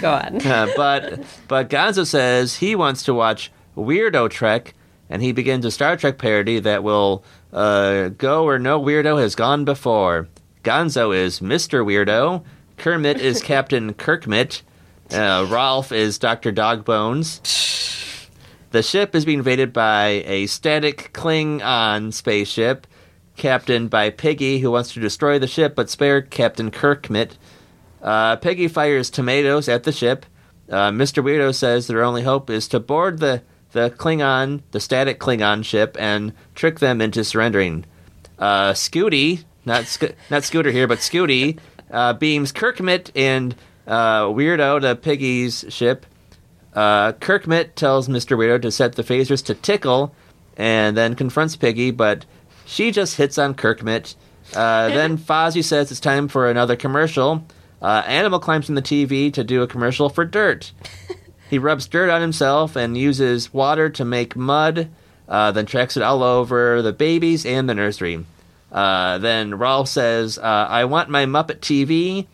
[SPEAKER 5] go on.
[SPEAKER 3] uh, but but Gonzo says he wants to watch Weirdo Trek, and he begins a Star Trek parody that will uh, go where no weirdo has gone before. Gonzo is Mister Weirdo, Kermit is Captain Kirkmit, uh, Rolf is Doctor Dogbones. The ship is being invaded by a static Klingon spaceship, captained by Piggy, who wants to destroy the ship but spare Captain Kirkmit. Uh, Peggy fires tomatoes at the ship. Uh, Mr. Weirdo says their only hope is to board the, the Klingon, the static Klingon ship, and trick them into surrendering. Uh, Scooty, not sc- not Scooter here, but Scooty, uh, beams Kirkmit and uh, Weirdo to Piggy's ship. Uh, Kirkmit tells Mr. Weirdo to set the phasers to tickle and then confronts Piggy, but she just hits on Kirkmit. Uh, then Fozzie says it's time for another commercial. Uh, Animal climbs in the TV to do a commercial for dirt. He rubs dirt on himself and uses water to make mud, uh, then tracks it all over the babies and the nursery. Uh, then Rolf says, uh, I want my Muppet TV,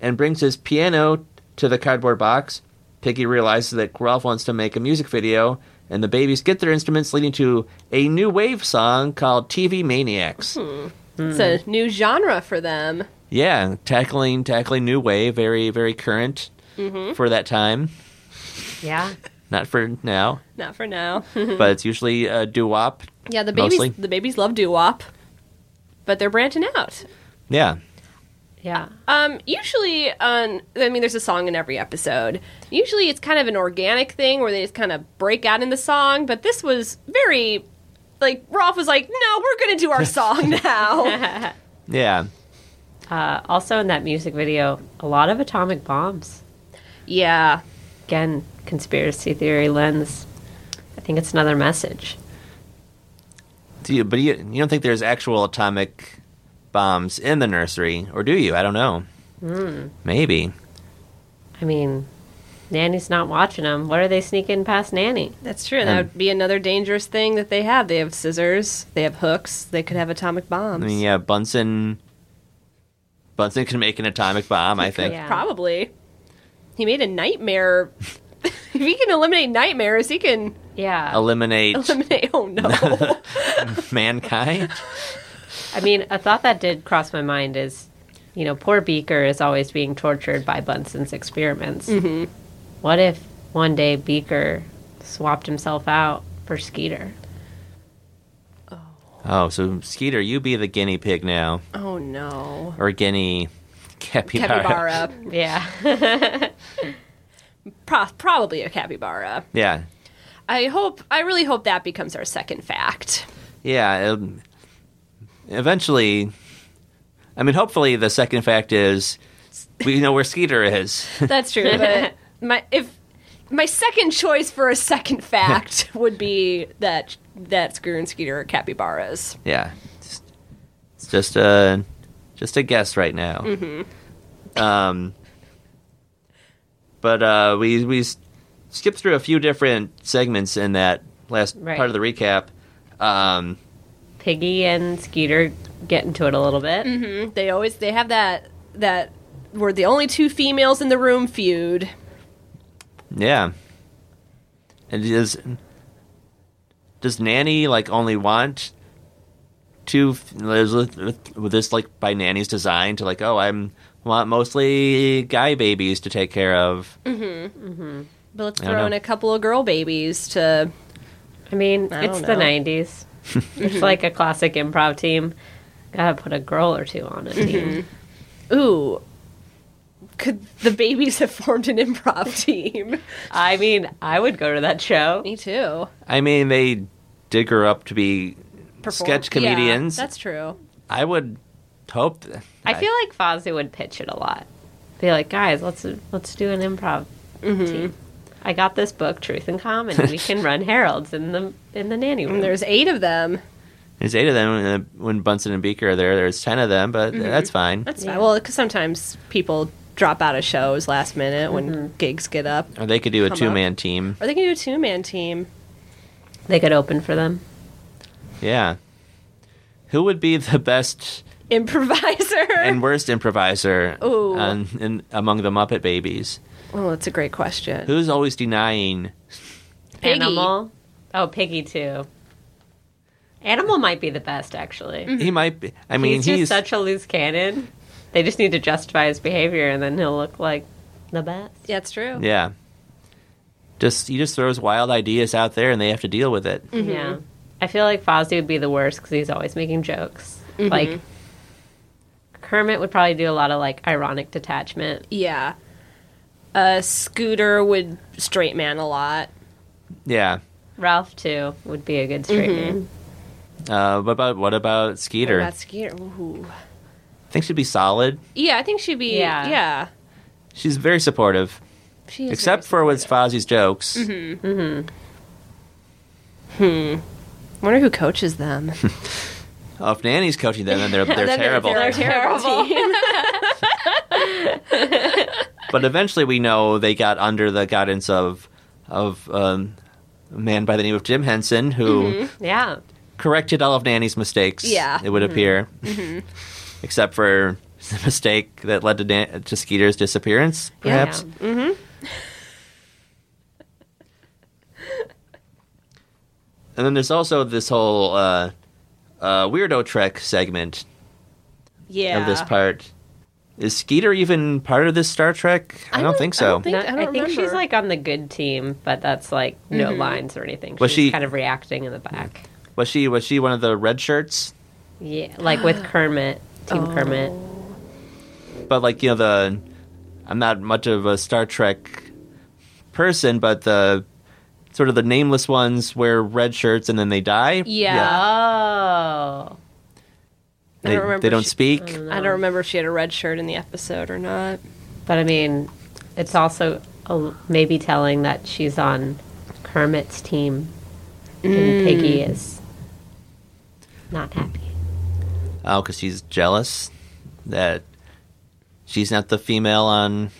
[SPEAKER 3] and brings his piano to the cardboard box. Piggy realizes that Rolf wants to make a music video, and the babies get their instruments, leading to a new wave song called TV Maniacs.
[SPEAKER 2] Hmm. It's a new genre for them.
[SPEAKER 3] Yeah, tackling tackling new wave, very very current
[SPEAKER 2] Mm-hmm.
[SPEAKER 3] for that time,
[SPEAKER 5] Yeah.
[SPEAKER 3] not for now,
[SPEAKER 2] Not for now.
[SPEAKER 3] but it's usually uh, doo wop
[SPEAKER 2] yeah, the babies
[SPEAKER 3] Mostly.
[SPEAKER 2] the babies love doo wop, but they're branching out.
[SPEAKER 3] Yeah.
[SPEAKER 5] Yeah.
[SPEAKER 2] Um, usually, on I mean, there's a song in every episode. Usually, it's kind of an organic thing where they just kind of break out in the song. But this was very, like Rolf was like, "No, we're gonna do our song now."
[SPEAKER 3] Yeah.
[SPEAKER 5] Uh, also in that music video, a lot of atomic bombs.
[SPEAKER 2] yeah,
[SPEAKER 5] Again, conspiracy theory lens. I think it's another message.
[SPEAKER 3] Do you, but you, you don't think there's actual atomic bombs in the nursery, or do you? I don't know.
[SPEAKER 2] Hmm.
[SPEAKER 3] Maybe.
[SPEAKER 5] I mean, Nanny's not watching them. What are they sneaking past Nanny?
[SPEAKER 2] that's true. that would be another dangerous thing that they have. They have scissors. They have hooks. They could have atomic bombs.
[SPEAKER 3] I mean, yeah, Bunsen. Bunsen can make an atomic bomb, I think.
[SPEAKER 5] Yeah.
[SPEAKER 2] Probably. He made a nightmare if he can eliminate nightmares, he can
[SPEAKER 5] Yeah.
[SPEAKER 3] Eliminate
[SPEAKER 2] eliminate. Oh no!
[SPEAKER 3] mankind.
[SPEAKER 5] I mean, a thought that did cross my mind is, you know, poor Beaker is always being tortured by Bunsen's experiments. Mm-hmm. What if one day Beaker swapped himself out for Skeeter?
[SPEAKER 3] Oh, so Skeeter, you be the guinea pig now,
[SPEAKER 2] oh no!
[SPEAKER 3] or guinea capybara.
[SPEAKER 2] Capybara,
[SPEAKER 5] Yeah.
[SPEAKER 2] Pro- probably a capybara.
[SPEAKER 3] Yeah,
[SPEAKER 2] I hope. I really hope that becomes our second fact.
[SPEAKER 3] yeah. Um, eventually, I mean, hopefully, the second fact is we know where Skeeter is.
[SPEAKER 2] That's true. But my if my second choice for a second fact would be that that Screw and Skeeter are capybaras.
[SPEAKER 3] yeah, it's, it's just a just a guess right now. Um, but uh, we we s- skipped through a few different segments in that last
[SPEAKER 5] Right.
[SPEAKER 3] part of the recap. Um,
[SPEAKER 5] Piggy and Skeeter get into it a little bit.
[SPEAKER 2] Mm-hmm. They always they have that that we're the only two females in the room feud.
[SPEAKER 3] Yeah. And does does Nanny like only want to is with, with, with this like by Nanny's design to like oh I'm want mostly guy babies to take care of.
[SPEAKER 2] But let's
[SPEAKER 3] I don't
[SPEAKER 2] throw in
[SPEAKER 3] know.
[SPEAKER 2] a couple of girl babies to
[SPEAKER 5] I mean,
[SPEAKER 2] I
[SPEAKER 5] it's
[SPEAKER 2] don't know.
[SPEAKER 5] the 90s. it's like a classic improv team. Gotta put a girl or two on a
[SPEAKER 2] Mm-hmm.
[SPEAKER 5] team.
[SPEAKER 2] ooh. Could the babies have formed an improv team?
[SPEAKER 5] I mean, I would go to that show.
[SPEAKER 2] Me too.
[SPEAKER 3] I mean they dig her up to be
[SPEAKER 2] Perform-
[SPEAKER 3] sketch
[SPEAKER 2] Yeah,
[SPEAKER 3] comedians.
[SPEAKER 2] that's true.
[SPEAKER 3] I would hope th-
[SPEAKER 5] I feel like Fozzie would pitch it a lot. Be like, guys, let's let's do an improv
[SPEAKER 3] Mm-hmm.
[SPEAKER 5] team. I got this book, Truth and Common. We can run heralds in the in the nanny room.
[SPEAKER 2] And there's eight of them.
[SPEAKER 3] there's eight of them uh, when Bunsen and Beaker are there. There's ten of them, but that's fine.
[SPEAKER 2] Mm-hmm. That's fine. Well, 'cause sometimes people drop out of shows last minute when gigs get up,
[SPEAKER 3] or they could do a
[SPEAKER 2] Come up.
[SPEAKER 3] two man team.
[SPEAKER 2] Mm-hmm. or they can do a two man team.
[SPEAKER 5] they could open for them.
[SPEAKER 3] Yeah. Who would be the best
[SPEAKER 2] Improviser.
[SPEAKER 3] and worst improviser
[SPEAKER 2] Ooh.
[SPEAKER 3] on- in, among the Muppet Babies?
[SPEAKER 2] oh, that's a great question.
[SPEAKER 3] Who's always denying?
[SPEAKER 2] Piggy.
[SPEAKER 5] Animal. Oh, Piggy too. Animal might be the best actually.
[SPEAKER 3] He might be. Mm-hmm. I mean,
[SPEAKER 5] he's just
[SPEAKER 3] he's,
[SPEAKER 5] such a loose cannon. They just need to justify his behavior, and then he'll look like the best.
[SPEAKER 2] Yeah, it's true.
[SPEAKER 3] yeah. Just he just throws wild ideas out there, and they have to deal with
[SPEAKER 2] Mm.
[SPEAKER 3] it.
[SPEAKER 5] Yeah. Mm-hmm. I feel like Fozzie would be the worst because he's always making jokes.
[SPEAKER 2] Mm-hmm.
[SPEAKER 5] Like, Kermit would probably do a lot of, like, ironic detachment.
[SPEAKER 2] Yeah. Uh, Scooter would straight man a lot.
[SPEAKER 3] Yeah.
[SPEAKER 5] Ralph, too, would be a good straight
[SPEAKER 2] Mm-hmm.
[SPEAKER 5] man.
[SPEAKER 3] Uh, what about what about Skeeter?
[SPEAKER 2] Not Skeeter. Ooh.
[SPEAKER 3] I think she'd be solid.
[SPEAKER 2] Yeah, I think she'd be.
[SPEAKER 5] Yeah.
[SPEAKER 2] Yeah.
[SPEAKER 3] She's very supportive,
[SPEAKER 2] She is
[SPEAKER 3] except
[SPEAKER 2] very-
[SPEAKER 3] for with Fozzie's jokes.
[SPEAKER 2] wonder who coaches them.
[SPEAKER 3] Oh, if Nanny's coaching them, then they're they're
[SPEAKER 2] Then
[SPEAKER 3] terrible.
[SPEAKER 2] They're, terrible. team.
[SPEAKER 3] but eventually we know they got under the guidance of of um, a man by the name of Jim Henson who
[SPEAKER 5] Yeah.
[SPEAKER 3] corrected all of Nanny's mistakes.
[SPEAKER 2] Yeah.
[SPEAKER 3] it would appear, Mm-hmm. except for the mistake that led to Nan- to Skeeter's disappearance, perhaps.
[SPEAKER 5] Yeah.
[SPEAKER 3] And then there's also this whole uh, uh, weirdo trek segment
[SPEAKER 2] yeah.
[SPEAKER 3] of this part. Is Skeeter even part of this Star Trek? I, don't, think so.
[SPEAKER 2] I don't think-
[SPEAKER 5] No,
[SPEAKER 2] I
[SPEAKER 5] I,
[SPEAKER 2] don't
[SPEAKER 5] think she's,
[SPEAKER 2] remember. Mm-hmm.
[SPEAKER 5] like, on the good team, but that's, like, no lines or anything. She's
[SPEAKER 3] Was she-
[SPEAKER 5] kind of reacting in the back.
[SPEAKER 3] was she was she one of the red shirts?
[SPEAKER 5] Yeah. Like, with Kermit, Team Kermit.
[SPEAKER 3] but like you know the i'm not much of a star trek person but the sort of the nameless ones wear red shirts and then they die
[SPEAKER 2] Yeah.
[SPEAKER 5] Oh.
[SPEAKER 2] I
[SPEAKER 3] they,
[SPEAKER 2] don't remember
[SPEAKER 3] they don't
[SPEAKER 2] she- Mm.
[SPEAKER 3] speak
[SPEAKER 2] I don't remember if she had a red shirt in the episode or not.
[SPEAKER 5] But I mean, it's also a, maybe telling that she's on Kermit's team,
[SPEAKER 2] Mm.
[SPEAKER 5] and Piggy is not happy.
[SPEAKER 3] oh because she's jealous that she's not the female on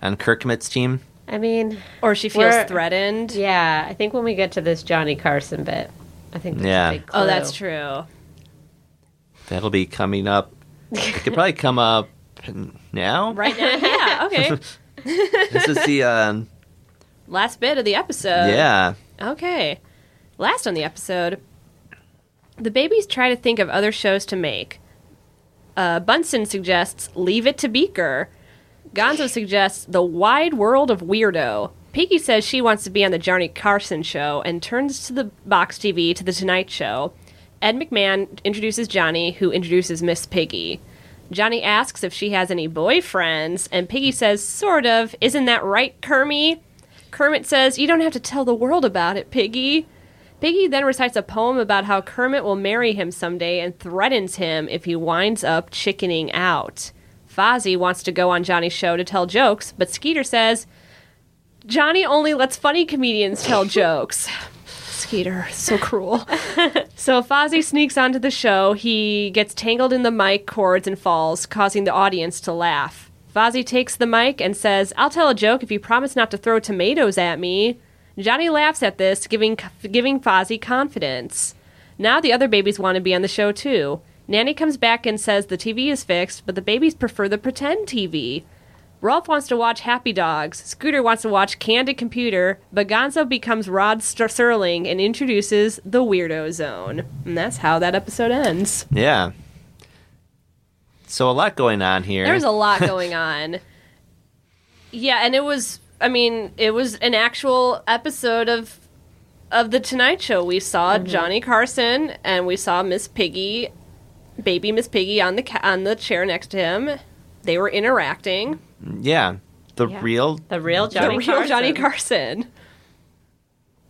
[SPEAKER 3] on kirkmit's team
[SPEAKER 5] I mean,
[SPEAKER 2] Or she feels
[SPEAKER 5] We're-
[SPEAKER 2] threatened.
[SPEAKER 5] yeah, I think when we get to this Johnny Carson bit, I think that's
[SPEAKER 3] Yeah.
[SPEAKER 5] a big
[SPEAKER 2] Oh, that's
[SPEAKER 5] clue.
[SPEAKER 2] true.
[SPEAKER 3] that'll be coming up it could probably come up now
[SPEAKER 2] Right now, yeah, okay.
[SPEAKER 3] this is the um,
[SPEAKER 2] Last bit of the episode.
[SPEAKER 3] yeah.
[SPEAKER 2] Okay. Last on the episode, the babies try to think of other shows to make. Uh, Bunsen suggests Leave It to Beaker. Gonzo suggests The Wide World of Weirdo. Piggy says she wants to be on the Johnny Carson show and turns to the box TV to The Tonight Show. Ed McMahon introduces Johnny, who introduces Miss Piggy. Johnny asks if she has any boyfriends, and Piggy says, sort of. Isn't that right, Kermie? Kermit says, You don't have to tell the world about it, Piggy. Piggy then recites a poem about how Kermit will marry him someday and threatens him if he winds up chickening out. Fozzie wants to go on Johnny's show to tell jokes, but Skeeter says, Johnny only lets funny comedians tell jokes. Skeeter, so cruel. so Fozzie sneaks onto the show. He gets tangled in the mic cords and falls, causing the audience to laugh. Fozzie takes the mic and says, I'll tell a joke if you promise not to throw tomatoes at me. Johnny laughs at this, giving, giving Fozzie confidence. Now the other babies want to be on the show too. Nanny comes back and says the TV is fixed, but the babies prefer the pretend TV. Rolf wants to watch Happy Dogs. Scooter wants to watch Candid Computer. But Gonzo becomes Rod Ster- Serling and introduces the Weirdo Zone. And that's how that episode ends.
[SPEAKER 3] Yeah. So a lot going on here.
[SPEAKER 2] There's a lot going on. Yeah, and it was. I mean, it was an actual episode of of the Tonight Show. We saw Johnny Carson and we saw Miss Piggy, baby Miss Piggy, on the ca- on the chair next to him. They were interacting.
[SPEAKER 3] yeah. The
[SPEAKER 5] Yeah.
[SPEAKER 3] real
[SPEAKER 5] The real
[SPEAKER 2] the
[SPEAKER 5] Johnny
[SPEAKER 2] real
[SPEAKER 5] Carson.
[SPEAKER 2] Johnny Carson.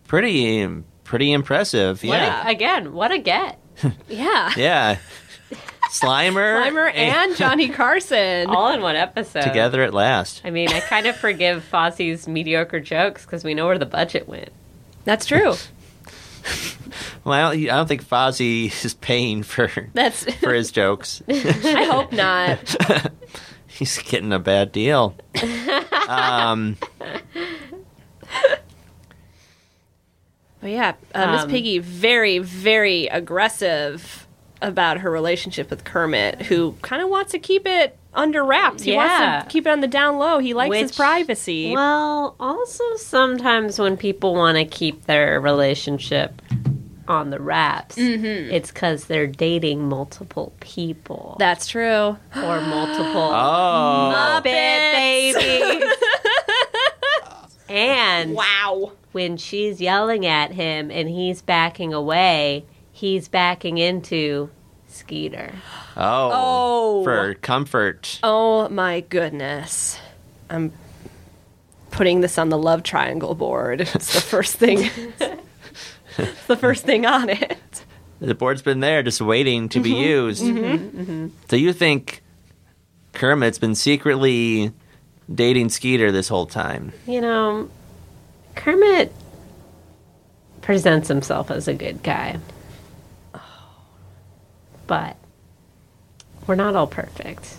[SPEAKER 3] pretty pretty impressive.
[SPEAKER 5] What
[SPEAKER 3] Yeah.
[SPEAKER 5] a, again, what a get.
[SPEAKER 2] Yeah.
[SPEAKER 3] yeah. Slimer
[SPEAKER 2] Slimer and Johnny Carson.
[SPEAKER 5] All in one episode.
[SPEAKER 3] together at last.
[SPEAKER 5] I mean, I kind of forgive Fozzie's mediocre jokes because we know where the budget went.
[SPEAKER 2] That's true.
[SPEAKER 3] Well, I don't, I don't think Fozzie is paying for
[SPEAKER 2] That's
[SPEAKER 3] for his jokes.
[SPEAKER 2] I hope not.
[SPEAKER 3] He's getting a bad deal. Um,
[SPEAKER 2] But yeah, uh, Miss
[SPEAKER 5] Um,
[SPEAKER 2] Piggy very very aggressive about her relationship with Kermit, who kind of wants to keep it under wraps. He
[SPEAKER 5] Yeah.
[SPEAKER 2] wants to keep it on the down low. He likes his
[SPEAKER 5] Which-
[SPEAKER 2] privacy.
[SPEAKER 5] Well, also sometimes when people want to keep their relationship on the wraps, it's because they're dating multiple people
[SPEAKER 2] That's true.
[SPEAKER 5] or multiple
[SPEAKER 3] oh,
[SPEAKER 5] Muppet babies. and
[SPEAKER 2] Wow.
[SPEAKER 5] when she's yelling at him and he's backing away, he's backing into Skeeter.
[SPEAKER 3] oh,
[SPEAKER 2] Oh.
[SPEAKER 3] for comfort.
[SPEAKER 2] Oh my goodness. I'm putting this on the love triangle board. It's the first thing. it's the first thing on it.
[SPEAKER 3] The board's been there, just waiting to be
[SPEAKER 5] Mm-hmm.
[SPEAKER 3] used. So you think Kermit's been secretly dating Skeeter this whole time?
[SPEAKER 5] You know, Kermit presents himself as a good guy. But we're not all perfect.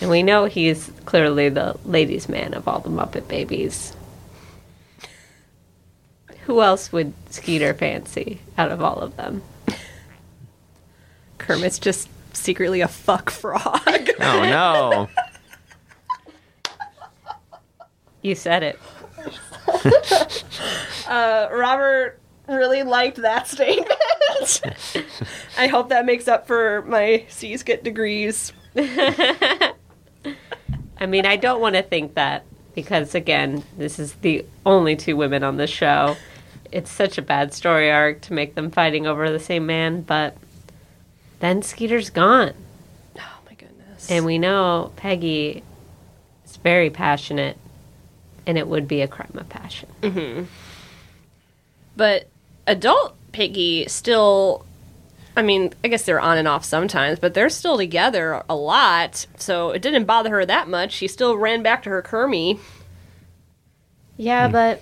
[SPEAKER 5] And we know he's clearly the ladies' man of all the Muppet babies. Who else would Skeeter fancy out of all of them?
[SPEAKER 2] Kermit's just secretly a fuck frog.
[SPEAKER 3] Oh no!
[SPEAKER 5] You said it.
[SPEAKER 2] Robert really liked that statement. I hope that makes up for my C's get degrees.
[SPEAKER 5] I mean, I don't want to think that because, again, this is the only two women on the show. It's such a bad story arc to make them fighting over the same man, but then Skeeter's gone.
[SPEAKER 2] Oh my goodness.
[SPEAKER 5] And we know Peggy is very passionate, and it would be a crime of passion.
[SPEAKER 2] but adult Piggy still I mean, I guess they're on and off sometimes, but they're still together a lot, so it didn't bother her that much. She still ran back to her Kermie.
[SPEAKER 5] Yeah, but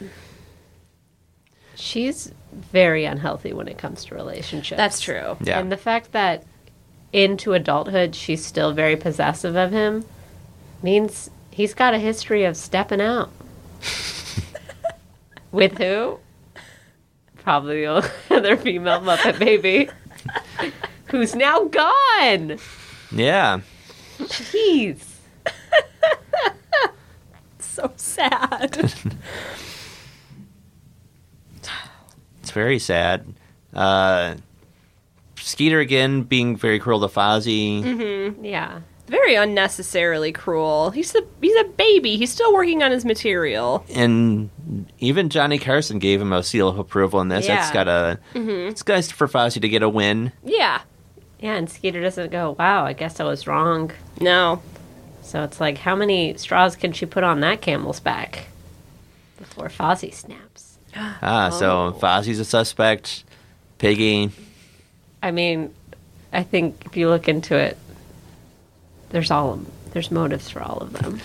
[SPEAKER 5] she's very unhealthy when it comes to relationships.
[SPEAKER 2] That's true.
[SPEAKER 3] Yeah,
[SPEAKER 5] And the fact that into adulthood she's still very possessive of him means he's got a history of stepping out. With who? Probably the other female Muppet baby. Who's now gone.
[SPEAKER 3] yeah.
[SPEAKER 5] Jeez.
[SPEAKER 2] so sad.
[SPEAKER 3] It's very sad. Uh, Skeeter again being very cruel to Fozzie.
[SPEAKER 2] Mm-hmm.
[SPEAKER 5] Yeah.
[SPEAKER 2] Very unnecessarily cruel. He's a he's a baby. He's still working on his material.
[SPEAKER 3] and even Johnny Carson gave him a seal of approval in this.
[SPEAKER 5] Yeah.
[SPEAKER 3] That's got a.
[SPEAKER 2] Mm-hmm.
[SPEAKER 3] It's nice for Fozzie to get a win.
[SPEAKER 2] Yeah.
[SPEAKER 5] Yeah, and Skeeter doesn't go, wow, I guess I was wrong.
[SPEAKER 2] No.
[SPEAKER 5] So it's like, how many straws can she put on that camel's back before Fozzie snaps?
[SPEAKER 3] Ah,
[SPEAKER 2] Oh.
[SPEAKER 3] so Fozzie's a suspect. Piggy.
[SPEAKER 5] I mean, I think if you look into it, there's all there's motives for all of them.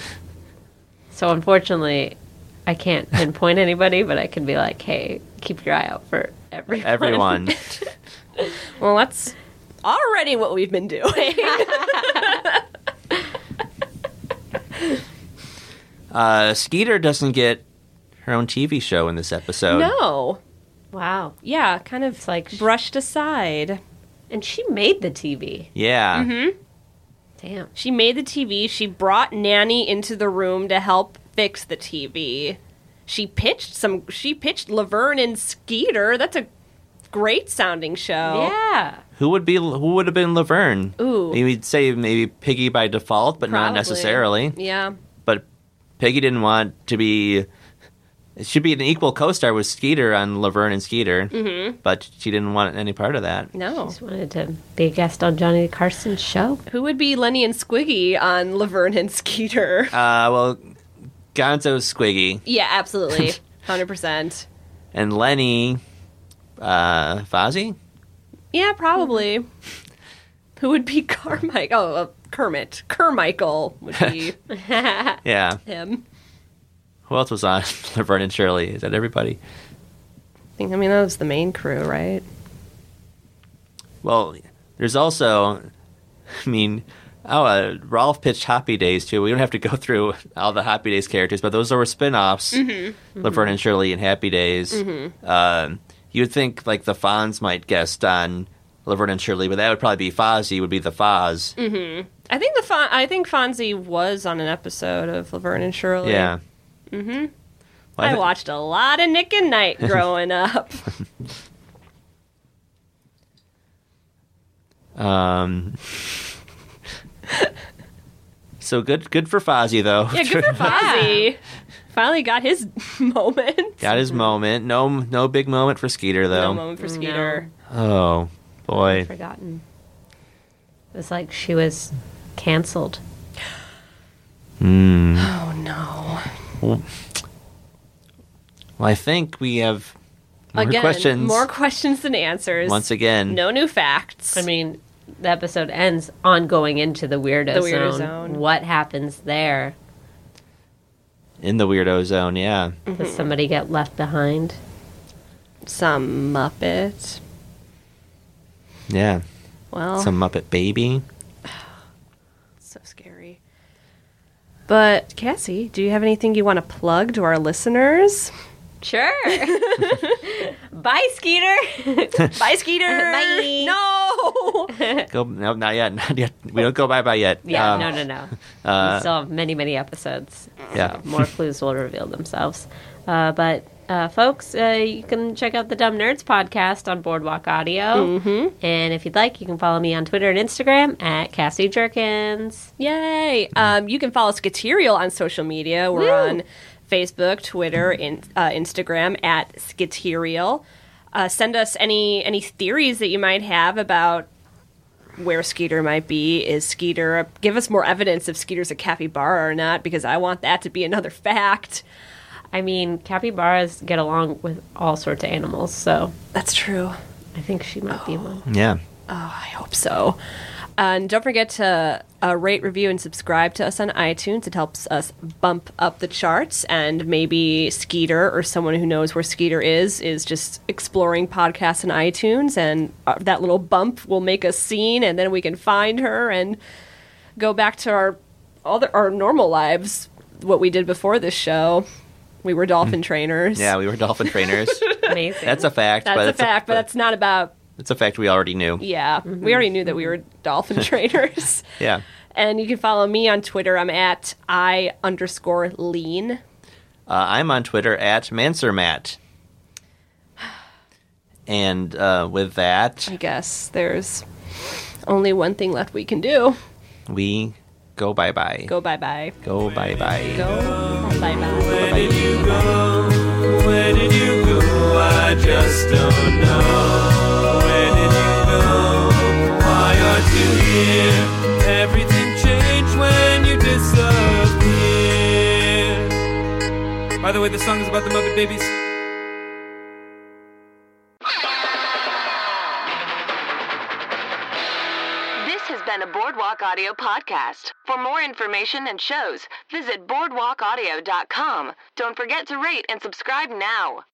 [SPEAKER 5] So unfortunately, I can't pinpoint anybody, but I can be like, hey, keep your eye out for everyone.
[SPEAKER 3] Everyone.
[SPEAKER 2] Well, that's already what we've been doing.
[SPEAKER 3] uh, Skeeter doesn't get her own TV show in this episode.
[SPEAKER 2] no.
[SPEAKER 5] wow.
[SPEAKER 2] Yeah, kind of
[SPEAKER 5] It's like,
[SPEAKER 2] brushed aside.
[SPEAKER 5] and she made the TV.
[SPEAKER 3] Yeah.
[SPEAKER 2] Mm-hmm.
[SPEAKER 5] Damn.
[SPEAKER 2] She made the TV. She brought Nanny into the room to help fix the TV. She pitched some. She pitched Laverne and Skeeter. That's a great sounding show.
[SPEAKER 5] Yeah.
[SPEAKER 3] Who would be? Who would have been Laverne?
[SPEAKER 2] Ooh.
[SPEAKER 3] You'd say maybe Piggy by default, but not
[SPEAKER 2] Probably.
[SPEAKER 3] necessarily.
[SPEAKER 2] Yeah.
[SPEAKER 3] But Piggy didn't want to be. It should be an equal co-star with Skeeter on Laverne and Skeeter, mm-hmm. but she didn't want any part of that.
[SPEAKER 2] No.
[SPEAKER 5] Just wanted to be a guest on Johnny Carson's show.
[SPEAKER 2] Who would be Lenny and Squiggy on Laverne and Skeeter?
[SPEAKER 3] Uh, well, Gonzo's Squiggy
[SPEAKER 2] yeah, absolutely. 100%.
[SPEAKER 3] and Lenny, uh, Fozzie.
[SPEAKER 2] Yeah, probably. Who would be Carmichael? Oh, uh, Kermit. Carmichael would be
[SPEAKER 3] Yeah.
[SPEAKER 2] him.
[SPEAKER 3] Who else was on Laverne and Shirley? Is that everybody?
[SPEAKER 2] I think, I mean, that was the main crew, right?
[SPEAKER 3] Well, there's also, I mean, oh, uh, Rolf pitched Happy Days too. We don't have to go through all the Happy Days characters, but those were spin-offs.
[SPEAKER 2] Mm-hmm.
[SPEAKER 3] Laverne and Shirley and Happy Days. Um, you would think like the Fonz might guest on Laverne and Shirley, but that would probably be Fozzie would be the Foz.
[SPEAKER 2] Mm-hmm. I think the Fon- I think Fonzie was on an episode of Laverne and Shirley.
[SPEAKER 3] Yeah. Mm-hmm. Well,
[SPEAKER 2] I
[SPEAKER 3] thi-
[SPEAKER 2] watched a lot of Nick and Night growing up.
[SPEAKER 3] Um, so good, good for Fozzie though.
[SPEAKER 2] Yeah, good for Fonzie. Finally got his moment.
[SPEAKER 3] Got his moment. No, no big moment for Skeeter
[SPEAKER 2] No
[SPEAKER 3] though.
[SPEAKER 2] moment for
[SPEAKER 5] Mm,
[SPEAKER 2] Skeeter.
[SPEAKER 3] Oh boy.
[SPEAKER 5] Forgotten. It was like she was canceled.
[SPEAKER 2] Oh no.
[SPEAKER 3] Well, I think we have more
[SPEAKER 2] Again,
[SPEAKER 3] questions.
[SPEAKER 2] more questions than answers.
[SPEAKER 3] Once again,
[SPEAKER 2] no new facts.
[SPEAKER 5] I mean, the episode ends on going into the weirdo,
[SPEAKER 2] The weirdo
[SPEAKER 5] zone.
[SPEAKER 2] zone.
[SPEAKER 5] What happens there?
[SPEAKER 3] in the weirdo zone. Yeah,
[SPEAKER 5] Does somebody get left behind?
[SPEAKER 2] some Muppet. Mm-hmm.
[SPEAKER 3] yeah.
[SPEAKER 2] Well,
[SPEAKER 3] Some Muppet Baby.
[SPEAKER 2] so scary. But Cassie, do you have anything you want to plug to our listeners?
[SPEAKER 5] Sure. Bye, Skeeter.
[SPEAKER 2] Bye, Skeeter.
[SPEAKER 5] Bye.
[SPEAKER 2] No.
[SPEAKER 3] Go no, not yet, not yet. We don't go bye bye yet.
[SPEAKER 5] Yeah,
[SPEAKER 3] Um,
[SPEAKER 5] no, no, no. we
[SPEAKER 3] uh,
[SPEAKER 5] still have many, many episodes. Uh,
[SPEAKER 3] yeah.
[SPEAKER 5] More clues will reveal themselves. Uh, but, uh, folks, uh, you can check out the Dumb Nerds podcast on Boardwalk Audio. Mm-hmm. And if you'd like, you can follow me on Twitter and Instagram at Cassie Jerkins.
[SPEAKER 2] Yay! Um, you can follow Skaterial on social media. We're
[SPEAKER 5] Woo.
[SPEAKER 2] on Facebook, Twitter, in, uh, Instagram at Skaterial. Uh, send us any any theories that you might have about where Skeeter might be. Is Skeeter? Give us more evidence if Skeeter's a capybara or not, because I want that to be another fact.
[SPEAKER 5] I mean, capybaras get along with all sorts of animals, so
[SPEAKER 2] That's true.
[SPEAKER 5] I think she might be one.
[SPEAKER 3] Yeah.
[SPEAKER 2] I hope so. And don't forget to uh, rate, review, and subscribe to us on iTunes. It helps us bump up the charts. And maybe Skeeter or someone who knows where Skeeter is is just exploring podcasts on iTunes. And uh, that little bump will make us seen. And then we can find her and go back to our other, our normal lives, what we did before this show. We were dolphin trainers.
[SPEAKER 3] Yeah, we were dolphin trainers.
[SPEAKER 5] Amazing.
[SPEAKER 3] That's a fact.
[SPEAKER 2] That's
[SPEAKER 3] but
[SPEAKER 2] a
[SPEAKER 3] it's
[SPEAKER 2] fact, but that's not about.
[SPEAKER 3] it's a fact we already knew.
[SPEAKER 2] Mm-hmm. Yeah, we already knew that we were dolphin trainers.
[SPEAKER 3] Yeah.
[SPEAKER 2] And you can follow me on Twitter. I'm at I underscore lean.
[SPEAKER 3] Uh, I'm on Twitter at ManserMatt. And uh, with
[SPEAKER 2] I
[SPEAKER 3] that,
[SPEAKER 2] guess there's only one thing left we can do.
[SPEAKER 3] we go bye bye.
[SPEAKER 2] Go bye bye.
[SPEAKER 3] Go bye bye.
[SPEAKER 2] Go bye bye.
[SPEAKER 4] Where did you go? Where did you go? I just don't know. Where did you go? Why aren't you here? Everything changed when you disappeared. By the way, the song is about the Muppet Babies.
[SPEAKER 1] This has been a Boardwalk Audio podcast. For more information and shows, visit boardwalkaudio.com. Don't forget to rate and subscribe now.